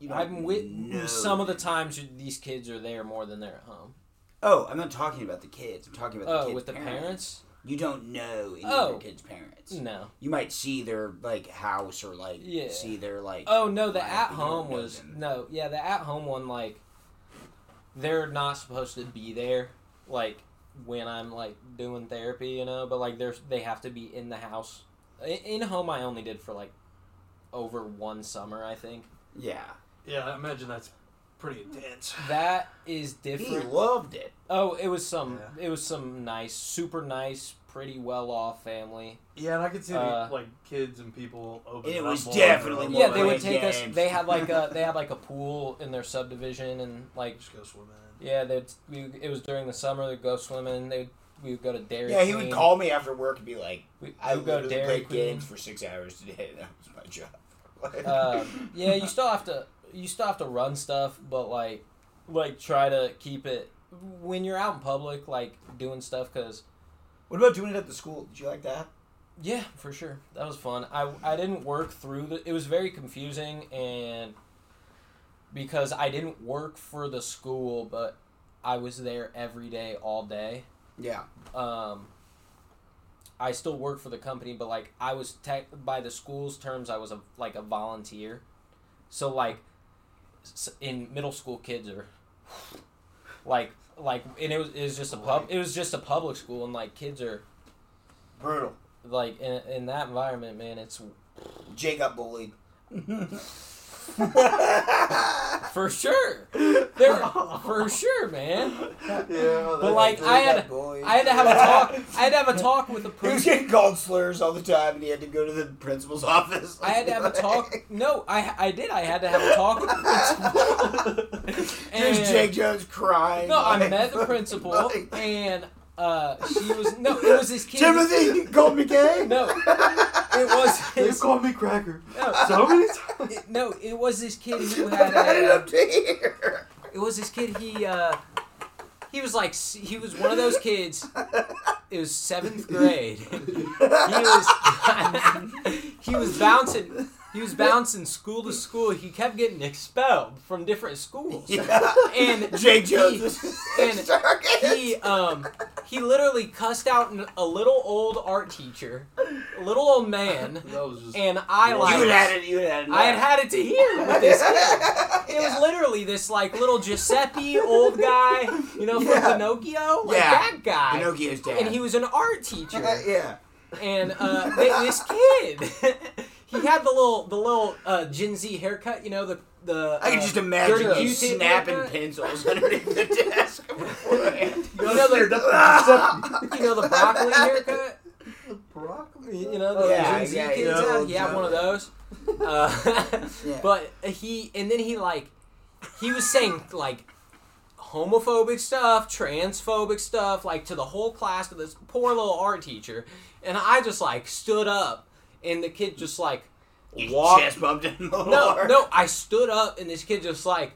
Speaker 5: You don't
Speaker 6: I'm with
Speaker 5: know
Speaker 6: some of the
Speaker 5: them.
Speaker 6: times you- these kids are there more than they're at home.
Speaker 5: Oh, I'm not talking about the kids. I'm talking about the
Speaker 6: Oh,
Speaker 5: kids'
Speaker 6: with the parents?
Speaker 5: You don't know any of
Speaker 6: Oh.
Speaker 5: your kids' parents.
Speaker 6: No.
Speaker 5: You might see their like house or like
Speaker 6: Yeah.
Speaker 5: see their like.
Speaker 6: Oh no, the
Speaker 5: life,
Speaker 6: at
Speaker 5: but you don't
Speaker 6: home
Speaker 5: know
Speaker 6: was
Speaker 5: them.
Speaker 6: no. Yeah, the at home one like they're not supposed to be there like when I'm like doing therapy, you know, but like they're they have to be in the house. In, in home I only did for like over one summer, I think.
Speaker 5: Yeah,
Speaker 4: Yeah, I imagine that's pretty intense.
Speaker 6: [LAUGHS] That is
Speaker 5: he
Speaker 6: different.
Speaker 5: loved it.
Speaker 6: Oh, it was some
Speaker 4: Yeah.
Speaker 6: it was some nice, super nice, pretty well off family.
Speaker 4: Yeah, and I could see
Speaker 6: Uh,
Speaker 4: the, like kids and people open.
Speaker 5: It
Speaker 4: up
Speaker 5: was
Speaker 4: more
Speaker 5: definitely
Speaker 4: and
Speaker 5: more
Speaker 6: yeah,
Speaker 4: more
Speaker 6: they would
Speaker 5: playing
Speaker 6: take us.
Speaker 5: games.
Speaker 6: They had like
Speaker 5: [LAUGHS]
Speaker 6: a they had like a pool in their subdivision, and like
Speaker 4: Just go swimming.
Speaker 6: yeah, they we, it was during the summer. They'd go swimming. They we would go to Dairy.
Speaker 5: Yeah, he
Speaker 6: Queen.
Speaker 5: would call me after work and be like,
Speaker 6: We,
Speaker 5: "I
Speaker 6: would go to Dairy
Speaker 5: literally played
Speaker 6: Queen.
Speaker 5: [LAUGHS] games for six hours today. That was my job."
Speaker 4: Like,
Speaker 6: uh, yeah, you still have to you still have to run stuff, but like like try to keep it when you're out in public, like doing stuff. Cause
Speaker 5: What about doing it at the school? Did you like that?
Speaker 6: yeah, for sure, that was fun. I I didn't work through the. It was very confusing and because I didn't work for the school, but I was there every day, all day.
Speaker 5: Yeah.
Speaker 6: um I still work for the company, but like I was tech by the school's terms, I was a like a volunteer. So like s- in middle school, kids are like like and it was, it was just a pub it was just a public school and like kids are
Speaker 5: Brutal.
Speaker 6: like in, in that environment, man. It's
Speaker 5: Jay got
Speaker 6: [LAUGHS]
Speaker 5: bullied. [LAUGHS]
Speaker 6: for sure, They're, for sure, man.
Speaker 4: yeah,
Speaker 6: But like I had I had to have a talk. I had to have a talk with the
Speaker 5: He was
Speaker 6: principal.
Speaker 5: getting called slurs all the time, and he had to go to the principal's office.
Speaker 6: I had to have a
Speaker 5: [LAUGHS]
Speaker 6: talk. No, I I did. I had to have a talk with the principal.
Speaker 5: There's Jake Jones crying.
Speaker 6: No, I
Speaker 5: like,
Speaker 6: met
Speaker 5: [LAUGHS]
Speaker 6: the principal,
Speaker 5: like,
Speaker 6: and uh, she was no. It was his kid.
Speaker 5: Timothy, you
Speaker 6: [LAUGHS]
Speaker 5: called me gay. [LAUGHS]
Speaker 6: No, it was
Speaker 4: they
Speaker 6: his.
Speaker 4: called me cracker
Speaker 6: No,
Speaker 4: so
Speaker 6: [LAUGHS]
Speaker 4: many times.
Speaker 6: it, no, it was this kid who
Speaker 5: I've
Speaker 6: had
Speaker 5: had it
Speaker 6: a.
Speaker 5: up
Speaker 6: [LAUGHS]
Speaker 5: to here.
Speaker 6: It was this kid. He uh, he was like s- he was one of those kids. It was seventh grade. [LAUGHS] he was [LAUGHS] he was bouncing he was bouncing school to school. He kept getting expelled from different
Speaker 5: [LAUGHS]
Speaker 6: schools.
Speaker 5: Yeah.
Speaker 6: And
Speaker 5: Jake
Speaker 6: he-
Speaker 5: Jones was [LAUGHS]
Speaker 6: and
Speaker 5: circus.
Speaker 6: he um he literally cussed out an- a little old art teacher, a little old man,
Speaker 4: That was just
Speaker 6: and I like
Speaker 5: You had it. You had it.
Speaker 6: I had had it to hear with
Speaker 5: [LAUGHS]
Speaker 6: this kid. It was literally this like little Giuseppe old guy, you know, from
Speaker 5: Yeah.
Speaker 6: Pinocchio, like
Speaker 5: Yeah.
Speaker 6: that guy.
Speaker 5: Pinocchio's dad.
Speaker 6: And he was an art teacher,
Speaker 5: [LAUGHS] yeah.
Speaker 6: and uh, th- this kid, [LAUGHS] he had the little the little uh, Gen Z haircut, you know, the the.
Speaker 5: I
Speaker 6: uh,
Speaker 5: can just imagine
Speaker 6: dirty
Speaker 5: you
Speaker 6: Q-tip
Speaker 5: snapping
Speaker 6: haircut.
Speaker 5: pencils [LAUGHS] underneath the desk. [LAUGHS] beforehand.
Speaker 6: You know the, you know the broccoli haircut.
Speaker 4: broccoli.
Speaker 6: You know the
Speaker 5: Oh, Yeah,
Speaker 6: Gen Z
Speaker 5: yeah,
Speaker 6: kids
Speaker 5: yeah.
Speaker 4: Oh,
Speaker 6: have. He had one of
Speaker 5: [LAUGHS]
Speaker 6: those. Uh,
Speaker 5: Yeah.
Speaker 6: But he and then he like he was saying like homophobic stuff, transphobic stuff, like to the whole class to this poor little art teacher, and I just like stood up, and the kid just like
Speaker 5: You
Speaker 6: walked.
Speaker 5: chest bumped him. [LAUGHS]
Speaker 6: No, no, I stood up, and this kid just like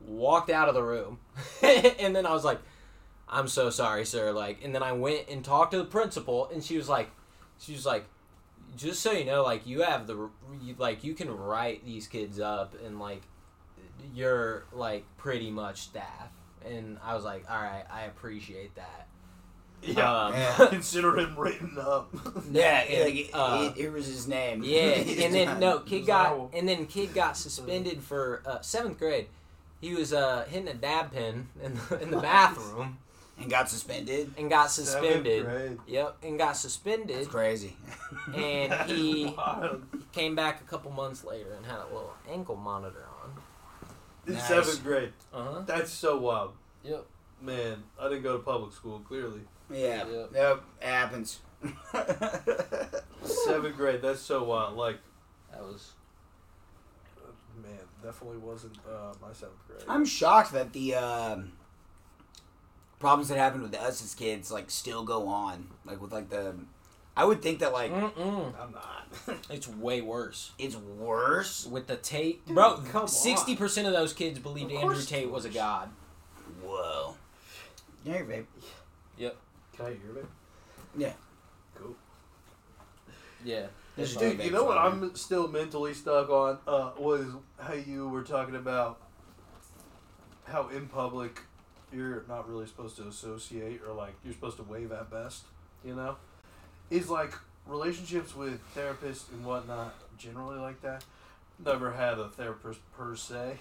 Speaker 6: walked out of the room, [LAUGHS] and then I was like, "I'm so sorry, sir." Like, and then I went and talked to the principal, and she was like, she was like, "Just so you know, like you have the you, like you can write these kids up, and like you're like pretty much staff." And I was like, "All right, I appreciate that."
Speaker 4: Yeah,
Speaker 6: Um,
Speaker 5: Yeah.
Speaker 4: [LAUGHS] consider him written
Speaker 6: [LAUGHS]
Speaker 4: up.
Speaker 5: Yeah,
Speaker 6: and,
Speaker 5: like, it-
Speaker 6: uh,
Speaker 5: it, it was his name.
Speaker 6: Yeah,
Speaker 4: [LAUGHS]
Speaker 5: [LAUGHS]
Speaker 6: and then no kid
Speaker 4: Wow.
Speaker 6: got and then kid got suspended for uh, seventh grade. He was uh, hitting a dab pin in the, in the bathroom
Speaker 5: and got suspended.
Speaker 6: and got
Speaker 4: Seventh
Speaker 6: suspended.
Speaker 4: grade.
Speaker 6: Yep, and got suspended,
Speaker 5: It's crazy.
Speaker 6: and
Speaker 5: [LAUGHS]
Speaker 4: That is
Speaker 6: he
Speaker 4: wild.
Speaker 6: came back a couple months later and had a little ankle monitor
Speaker 4: In
Speaker 5: Nice.
Speaker 4: seventh grade.
Speaker 6: on. Uh huh.
Speaker 4: That's so wild.
Speaker 6: Yep.
Speaker 4: Man, I didn't go to public school, clearly.
Speaker 5: yeah,
Speaker 6: Yep.
Speaker 5: nope, it happens. [LAUGHS]
Speaker 4: Seventh grade, that's so wild. Like,
Speaker 6: That was
Speaker 4: man, definitely wasn't uh, my seventh grade.
Speaker 5: I'm shocked that the um, problems that happened with us as kids like still go on. Like with like the, I would think that like
Speaker 6: Mm. Mm-mm.
Speaker 4: I'm not.
Speaker 6: it's way worse
Speaker 5: it's worse.
Speaker 6: with the Tate.
Speaker 4: Dude, come
Speaker 6: Bro,
Speaker 4: on.
Speaker 6: sixty percent of those kids believed
Speaker 4: Of
Speaker 6: Andrew
Speaker 4: course.
Speaker 6: Tate was a god.
Speaker 5: Whoa. Yeah, babe.
Speaker 4: Can I hear me?
Speaker 5: Yeah.
Speaker 4: Cool.
Speaker 6: Yeah.
Speaker 5: This
Speaker 4: Dude, you know what I'm still mentally stuck on uh, was how you were talking about how in public you're not really supposed to associate or like you're supposed to wave at best, you know? Is like relationships with therapists and whatnot generally like that. Never had a therapist per se.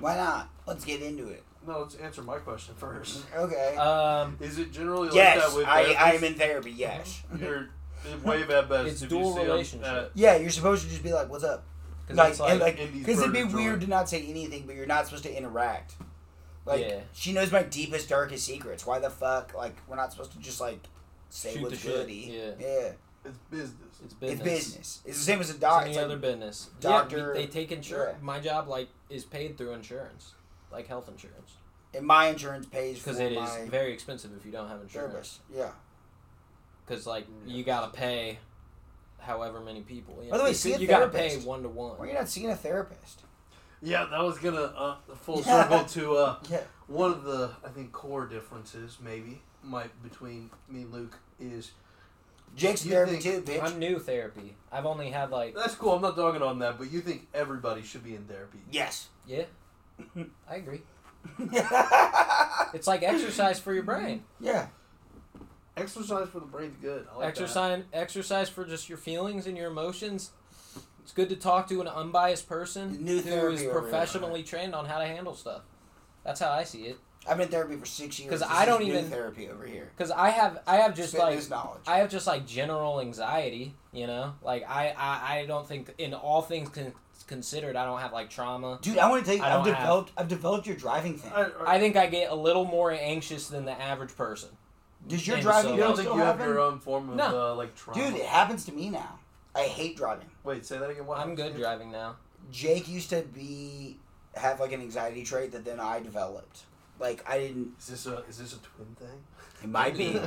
Speaker 5: Why not? Let's get into it.
Speaker 4: No, let's answer my question first.
Speaker 5: Okay.
Speaker 6: Um,
Speaker 4: Is it generally like
Speaker 5: yes,
Speaker 4: that with
Speaker 6: uh,
Speaker 5: I, I am
Speaker 4: therapists?
Speaker 5: in therapy. Yes.
Speaker 4: You're wave at best.
Speaker 6: It's
Speaker 4: if
Speaker 6: dual
Speaker 4: you see 'em
Speaker 6: relationship.
Speaker 4: at-
Speaker 5: Yeah, you're supposed to just be like, "What's up?"
Speaker 6: 'cause
Speaker 5: Like,
Speaker 6: it's
Speaker 5: and,
Speaker 6: like-
Speaker 5: like,
Speaker 4: Indy's
Speaker 5: because it'd be
Speaker 4: burger joint.
Speaker 5: weird to not say anything, but you're not supposed to interact. Like,
Speaker 6: Yeah.
Speaker 5: she knows my deepest, darkest secrets. Why the fuck? Like, we're not supposed to just like say
Speaker 6: Shoot
Speaker 5: what's
Speaker 6: the shit.
Speaker 5: goody.
Speaker 6: Yeah.
Speaker 5: yeah.
Speaker 4: it's business.
Speaker 6: it's business.
Speaker 5: It's business. It's the same as a
Speaker 6: It's
Speaker 5: doctor.
Speaker 6: any other business.
Speaker 5: doctor-
Speaker 6: yeah, they take insurance.
Speaker 5: yeah.
Speaker 6: My job like is paid through insurance, like health insurance,
Speaker 5: and my insurance pays for
Speaker 6: because it
Speaker 5: my
Speaker 6: is very expensive if you don't have insurance.
Speaker 5: service. Yeah.
Speaker 6: Because like you gotta pay however many people. You
Speaker 5: Mm, By the way,
Speaker 6: you
Speaker 5: see
Speaker 6: could-
Speaker 5: a
Speaker 6: you gotta pay
Speaker 5: therapist.
Speaker 6: one to one.
Speaker 5: Why are you not seeing a therapist?
Speaker 4: Yeah, that was gonna uh, full
Speaker 5: Yeah.
Speaker 4: circle to uh,
Speaker 5: Yeah.
Speaker 4: one of the I think core differences maybe might between me and Luke is
Speaker 5: Jake's
Speaker 4: You
Speaker 5: therapy
Speaker 4: think-
Speaker 5: too, bitch.
Speaker 6: I'm new therapy. I've only had like
Speaker 5: [LAUGHS]
Speaker 4: that's cool. I'm not dogging on that, but you think everybody should be in therapy?
Speaker 5: Yes.
Speaker 6: yeah. I
Speaker 5: [LAUGHS]
Speaker 6: agree.
Speaker 5: yeah.
Speaker 6: It's like exercise for your brain.
Speaker 4: Exercise for the brain's good. I like that.
Speaker 6: exercise exercise for just your feelings and your emotions. It's good to talk to an unbiased person
Speaker 5: New
Speaker 6: who is
Speaker 5: therapy over there.
Speaker 6: professionally trained on how to handle stuff. That's how I see it.
Speaker 5: I've been in therapy for six years.
Speaker 6: 'Cause
Speaker 5: This
Speaker 6: I
Speaker 5: is
Speaker 6: don't
Speaker 5: new
Speaker 6: even-
Speaker 5: therapy over here.
Speaker 6: Because I have I have just
Speaker 5: Spitting
Speaker 6: like
Speaker 5: this knowledge.
Speaker 6: I have just like general anxiety, you know. Like I, I, I don't think in all things con- considered, I don't have like trauma.
Speaker 5: Dude, I want to tell you,
Speaker 6: I
Speaker 5: I've
Speaker 6: don't have-
Speaker 5: developed, I've developed your driving thing.
Speaker 4: I, I,
Speaker 6: I think I get a little more anxious than the average person.
Speaker 5: Does your
Speaker 6: and
Speaker 5: driving
Speaker 6: so-
Speaker 4: you don't
Speaker 5: thing
Speaker 4: think
Speaker 5: still
Speaker 4: you have
Speaker 5: happen?
Speaker 4: your own form of
Speaker 6: No.
Speaker 4: uh, like trauma?
Speaker 5: Dude, it happens to me now. I hate driving.
Speaker 4: Wait, say that again. What
Speaker 6: I'm
Speaker 4: happened
Speaker 6: good
Speaker 4: to you?
Speaker 6: driving now.
Speaker 5: Jake used to be have like an anxiety trait that then I developed. Like I didn't.
Speaker 4: Is this a is this a twin thing?
Speaker 5: It
Speaker 4: [LAUGHS]
Speaker 5: might be.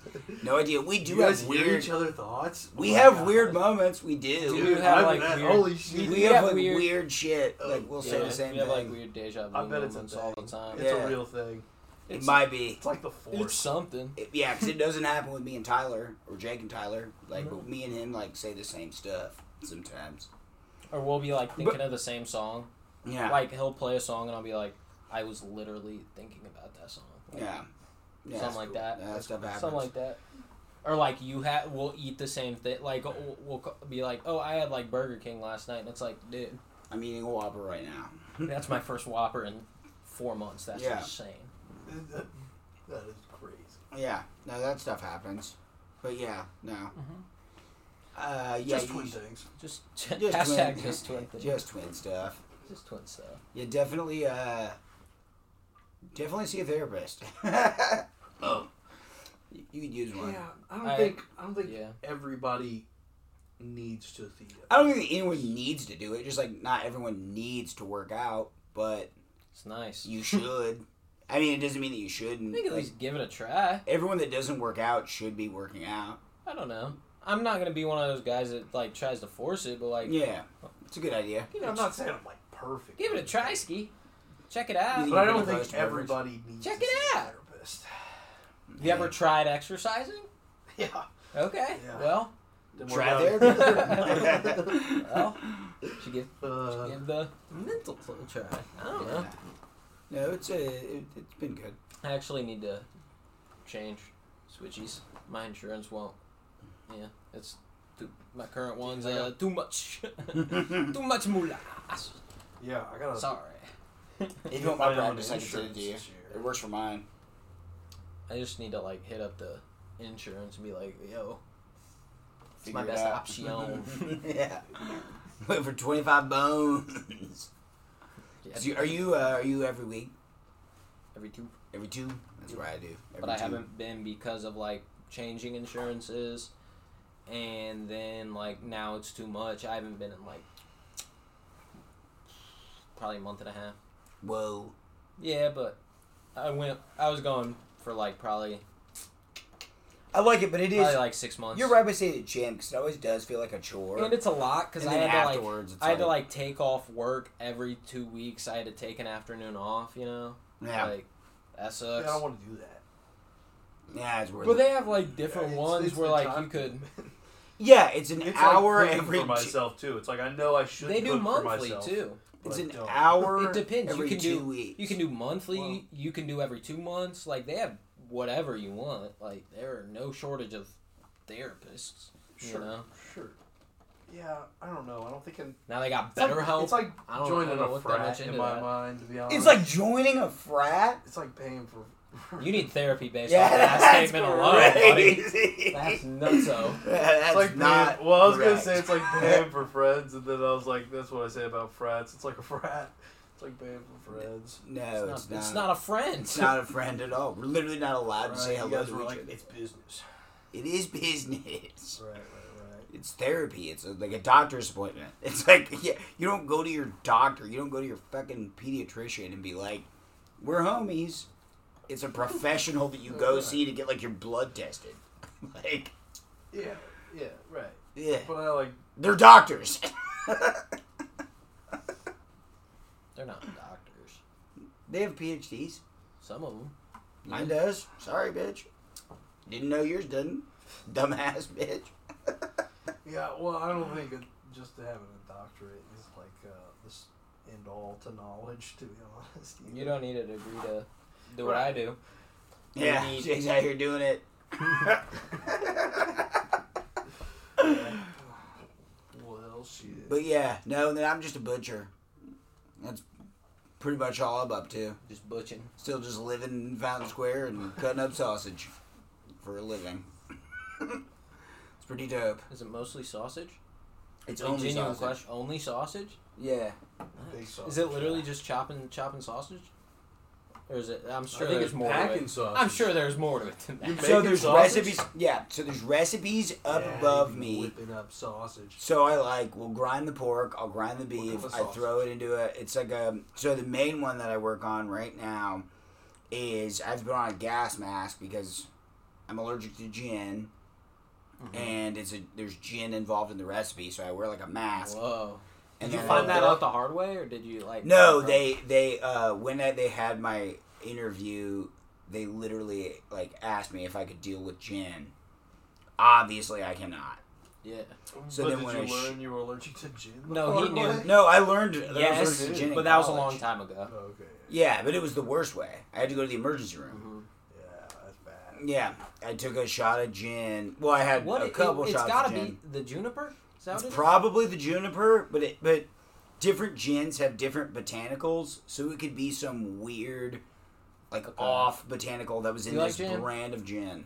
Speaker 5: [LAUGHS] no idea. We do
Speaker 4: you guys
Speaker 5: have
Speaker 4: hear
Speaker 5: weird.
Speaker 4: each other thoughts?
Speaker 5: We
Speaker 4: Oh my
Speaker 5: have
Speaker 4: God.
Speaker 5: weird moments. We do.
Speaker 6: Dude,
Speaker 4: Dude,
Speaker 6: we have,
Speaker 4: I
Speaker 6: like,
Speaker 4: bet.
Speaker 6: weird-
Speaker 4: holy shit.
Speaker 5: we
Speaker 6: we
Speaker 5: have,
Speaker 6: have
Speaker 5: like
Speaker 6: weird-
Speaker 5: weird, shit.
Speaker 4: Oh,
Speaker 5: like we'll say
Speaker 6: Yeah,
Speaker 5: the same
Speaker 6: we have like
Speaker 5: thing.
Speaker 6: weird deja vu
Speaker 4: I bet it's a
Speaker 6: moments
Speaker 4: thing.
Speaker 6: all the time.
Speaker 4: It's
Speaker 5: Yeah.
Speaker 4: a real thing.
Speaker 5: it
Speaker 6: It's,
Speaker 5: might be.
Speaker 4: It's like the force.
Speaker 6: it's something.
Speaker 5: It, yeah, because it doesn't happen with me and Tyler or Jake and Tyler. Like,
Speaker 6: No.
Speaker 5: but me and him like say the same stuff sometimes.
Speaker 6: Or we'll be like thinking of the same song.
Speaker 5: Yeah.
Speaker 6: Like he'll play a song and I'll be like, I was literally thinking about that song. Like,
Speaker 5: yeah. Yeah.
Speaker 6: something like that.
Speaker 5: Yeah, that stuff happens.
Speaker 6: Something like that. Or like you have, we'll eat the same thing. Like we'll, we'll co- be like, oh, I had like Burger King last night, and it's like, dude,
Speaker 5: I'm eating a Whopper right now.
Speaker 6: that's my first Whopper in four months. That's
Speaker 5: Yeah.
Speaker 6: insane.
Speaker 4: [LAUGHS] that is crazy.
Speaker 5: Yeah, no, that stuff happens. But yeah, no. Uh, yeah,
Speaker 4: Just
Speaker 5: you-
Speaker 4: twin things.
Speaker 6: Mm-hmm. Just, [LAUGHS]
Speaker 5: Just
Speaker 6: hashtag
Speaker 5: twin-
Speaker 6: just
Speaker 5: [LAUGHS]
Speaker 6: twin thing.
Speaker 5: just twin stuff.
Speaker 6: Just twin stuff.
Speaker 5: Yeah, definitely. Uh, definitely see a therapist. [LAUGHS]
Speaker 4: Oh.
Speaker 5: You you could use one.
Speaker 4: Yeah, I don't
Speaker 6: I-
Speaker 4: think I don't think
Speaker 6: yeah.
Speaker 4: everybody needs to see it.
Speaker 5: I don't think anyone needs to do it. Just like not everyone needs to work out, but
Speaker 6: It's nice. [LAUGHS]
Speaker 5: you should. I mean, it doesn't mean that you
Speaker 6: I
Speaker 5: shouldn't.
Speaker 6: think at
Speaker 5: Like,
Speaker 6: least give it a try.
Speaker 5: everyone that doesn't work out should be working out.
Speaker 6: I don't know. I'm not gonna be one of those guys that like tries to force it, but like,
Speaker 5: Yeah, it's a good idea.
Speaker 6: give, it
Speaker 4: Yeah,
Speaker 6: a,
Speaker 4: I'm not saying I'm like perfect.
Speaker 6: give it a try, ski. Check it out.
Speaker 5: You
Speaker 4: But I don't
Speaker 5: Everybody's
Speaker 4: think
Speaker 5: nervous.
Speaker 4: everybody needs
Speaker 6: Check
Speaker 4: to
Speaker 6: it
Speaker 4: see
Speaker 6: out.
Speaker 4: a therapist. [LAUGHS]
Speaker 6: You ever tried exercising?
Speaker 4: Yeah.
Speaker 6: Okay.
Speaker 4: Yeah.
Speaker 6: Well,
Speaker 4: Didn't work
Speaker 5: Try
Speaker 4: out.
Speaker 6: [LAUGHS]
Speaker 5: [LAUGHS] therapy. [LAUGHS]
Speaker 6: well, should give
Speaker 4: Uh,
Speaker 6: give the mental a try. I don't know.
Speaker 5: Yeah. No, it's a, it, it's
Speaker 6: [LAUGHS]
Speaker 5: been good.
Speaker 6: I actually need to change switchies. My insurance won't. Yeah, it's too, my current one's uh, too much. [LAUGHS] too much moolah.
Speaker 4: yeah, I gotta.
Speaker 6: Sorry.
Speaker 5: If you want
Speaker 4: I
Speaker 5: my
Speaker 4: don't
Speaker 5: practice,
Speaker 4: need
Speaker 5: I can send it
Speaker 4: insurance
Speaker 5: to you.
Speaker 4: this year.
Speaker 5: It works for mine.
Speaker 6: I just need to like hit up the insurance and be like, yo, it's my
Speaker 5: Figure it
Speaker 6: best
Speaker 5: out.
Speaker 6: option.
Speaker 5: [LAUGHS]
Speaker 6: [LAUGHS]
Speaker 5: yeah. Wait for twenty five bones.
Speaker 6: Yeah,
Speaker 5: So you- are you uh, are you every week?
Speaker 6: every two?
Speaker 5: Every two? That's what I do. Every
Speaker 6: But I
Speaker 5: two.
Speaker 6: haven't been because of like changing insurances, and then like now it's too much. I haven't been in like probably a month and a half.
Speaker 5: Whoa.
Speaker 6: Yeah, but I went. I was going for like probably
Speaker 5: I like it, but it
Speaker 6: probably
Speaker 5: is.
Speaker 6: like six months.
Speaker 5: You're right by saying it, Jim, because it always does feel like a chore.
Speaker 6: and it's a lot because
Speaker 5: And
Speaker 6: I
Speaker 5: then
Speaker 6: had to like
Speaker 5: afterwards, it's
Speaker 6: I had to
Speaker 5: like-
Speaker 6: like take off work every two weeks. I had to take an afternoon off. You know,
Speaker 5: yeah,
Speaker 6: like that
Speaker 4: Yeah, I
Speaker 6: sucks.
Speaker 4: don't want to do that.
Speaker 5: yeah, it's worth
Speaker 6: but
Speaker 5: it.
Speaker 6: they have like different
Speaker 4: It's-
Speaker 6: ones
Speaker 4: it's
Speaker 6: where
Speaker 4: the
Speaker 6: like you
Speaker 4: time
Speaker 6: could.
Speaker 4: commitment.
Speaker 5: yeah, it's an
Speaker 4: It's like
Speaker 5: hour
Speaker 4: cooking
Speaker 5: every.
Speaker 4: for
Speaker 5: two-
Speaker 4: myself too. It's like I know I should.
Speaker 6: They do
Speaker 4: cook for
Speaker 6: monthly
Speaker 4: myself,
Speaker 6: too.
Speaker 4: but
Speaker 5: It's
Speaker 4: I
Speaker 5: an
Speaker 4: don't.
Speaker 5: hour.
Speaker 6: It depends.
Speaker 5: Every
Speaker 6: you can
Speaker 5: two
Speaker 6: do
Speaker 5: weeks.
Speaker 6: you can do monthly.
Speaker 4: Wow.
Speaker 6: You can do every two months. Like they have whatever you want. Like there are no shortage of therapists.
Speaker 4: Sure,
Speaker 6: You know.
Speaker 4: sure. Yeah, I don't know. I don't think. I'm,
Speaker 6: Now they got
Speaker 4: it's like-
Speaker 6: better help.
Speaker 4: It's like
Speaker 6: I don't- I
Speaker 4: joining
Speaker 6: don't
Speaker 4: a
Speaker 6: look that
Speaker 4: frat
Speaker 6: much
Speaker 4: in
Speaker 6: into
Speaker 4: my
Speaker 6: that.
Speaker 4: mind. To be
Speaker 6: uh,
Speaker 4: honest,
Speaker 5: It's like joining a frat.
Speaker 4: it's like paying for.
Speaker 6: [LAUGHS] you need therapy based
Speaker 5: Yeah,
Speaker 6: on that
Speaker 5: [LAUGHS] that's
Speaker 6: statement alone,
Speaker 5: [LAUGHS]
Speaker 6: buddy.
Speaker 5: crazy.
Speaker 6: That's
Speaker 5: [LAUGHS]
Speaker 6: nutso.
Speaker 5: That's
Speaker 4: It's like
Speaker 5: not.
Speaker 4: paying, well, I was gonna
Speaker 5: correct.
Speaker 4: say
Speaker 5: [LAUGHS]
Speaker 4: it's like paying for friends, and then I was like, that's what I say about frats. It's like a frat. It's like paying for friends.
Speaker 5: No, it's, not.
Speaker 6: It's not a friend.
Speaker 5: It's not a friend at all. We're literally not allowed to say
Speaker 4: Right, you
Speaker 5: hello
Speaker 4: guys
Speaker 5: to
Speaker 4: were
Speaker 5: each
Speaker 4: like,
Speaker 5: other.
Speaker 4: it's business.
Speaker 5: It is business.
Speaker 4: Right, right, right.
Speaker 5: It's therapy. It's uh, like a doctor's appointment. [LAUGHS] It's like yeah, you don't go to your doctor. You don't go to your fucking pediatrician and be like, "We're homies." It's a professional that you go see to get [LAUGHS] like your blood tested. Like
Speaker 4: Yeah, yeah, right.
Speaker 5: Yeah.
Speaker 4: But I like
Speaker 5: They're doctors. [LAUGHS]
Speaker 6: They're not doctors.
Speaker 5: they have PhDs.
Speaker 6: Some of them.
Speaker 5: Mine does. Sorry, bitch. Didn't know yours didn't. Dumbass bitch.
Speaker 4: Yeah, well, I don't think it, just having a doctorate is like uh, this end all to knowledge. To be honest,
Speaker 6: You don't need a degree to do what I
Speaker 4: Right.
Speaker 6: do.
Speaker 5: Yeah,
Speaker 6: need-
Speaker 5: Jake's out here doing it.
Speaker 4: Well, shit.
Speaker 5: But yeah, no, then I'm just a butcher. That's pretty much all I'm up to.
Speaker 6: Just butching.
Speaker 5: Still just living in Fountain Square and cutting up sausage for a living. it's pretty dope.
Speaker 6: Is it mostly sausage?
Speaker 5: It's
Speaker 6: Like,
Speaker 5: only
Speaker 6: genuine
Speaker 5: sausage.
Speaker 6: question. Only sausage?
Speaker 5: Yeah.
Speaker 4: Big sausage.
Speaker 6: Is it literally just chopping chopping sausage? Or is it? I'm
Speaker 4: I
Speaker 6: sure
Speaker 4: think
Speaker 6: there's
Speaker 4: it's
Speaker 6: more. To
Speaker 4: packing
Speaker 6: it.
Speaker 4: sausage.
Speaker 6: I'm sure there's more to it than that.
Speaker 4: You
Speaker 5: So
Speaker 4: Bacon
Speaker 5: there's
Speaker 4: sausage?
Speaker 5: recipes. Yeah. So there's recipes up
Speaker 4: Yeah,
Speaker 5: above
Speaker 4: you'd be
Speaker 5: me.
Speaker 4: Whipping up sausage.
Speaker 5: So I like will grind the pork, I'll grind the
Speaker 4: kind
Speaker 5: beef,
Speaker 4: of
Speaker 5: I
Speaker 4: sausage?
Speaker 5: throw it into a it's like a so the main one that I work on right now is I've been on a gas mask because I'm allergic to gin
Speaker 6: Mm-hmm.
Speaker 5: and it's a there's gin involved in the recipe, so I wear like a [LAUGHS] mask.
Speaker 6: Whoa!
Speaker 5: And
Speaker 6: Did you
Speaker 5: then
Speaker 6: find
Speaker 5: I'll-
Speaker 6: that out the hard way, or did you like?
Speaker 5: No, they they uh when I, they had my interview, they literally like asked me if I could deal with gin. Obviously I cannot.
Speaker 6: Yeah.
Speaker 5: So
Speaker 4: but
Speaker 5: then
Speaker 4: did
Speaker 5: when
Speaker 4: you
Speaker 5: I sh-
Speaker 4: learn you were allergic to gin? the
Speaker 6: No, Oh, he
Speaker 4: hard
Speaker 6: knew.
Speaker 4: way?
Speaker 5: No, I learned that I was
Speaker 6: Yes,
Speaker 5: allergic to gin in
Speaker 6: but that was a
Speaker 5: college.
Speaker 6: long time ago.
Speaker 4: Oh, Okay.
Speaker 5: Yeah, but it was the worst way. I had to go to the emergency room.
Speaker 4: Yeah, that's bad.
Speaker 6: Mm.
Speaker 5: Yeah, I took a shot of gin. Well, I had
Speaker 6: What?
Speaker 5: a
Speaker 6: it-
Speaker 5: couple
Speaker 6: it, has
Speaker 5: shots
Speaker 6: gotta
Speaker 5: of gin.
Speaker 6: be the juniper. Is that
Speaker 5: It's
Speaker 6: what it is?
Speaker 5: probably the juniper, but it but different gins have different botanicals, so it could be some weird, like off botanical that was in
Speaker 6: You like
Speaker 5: this
Speaker 6: gin?
Speaker 5: brand of gin.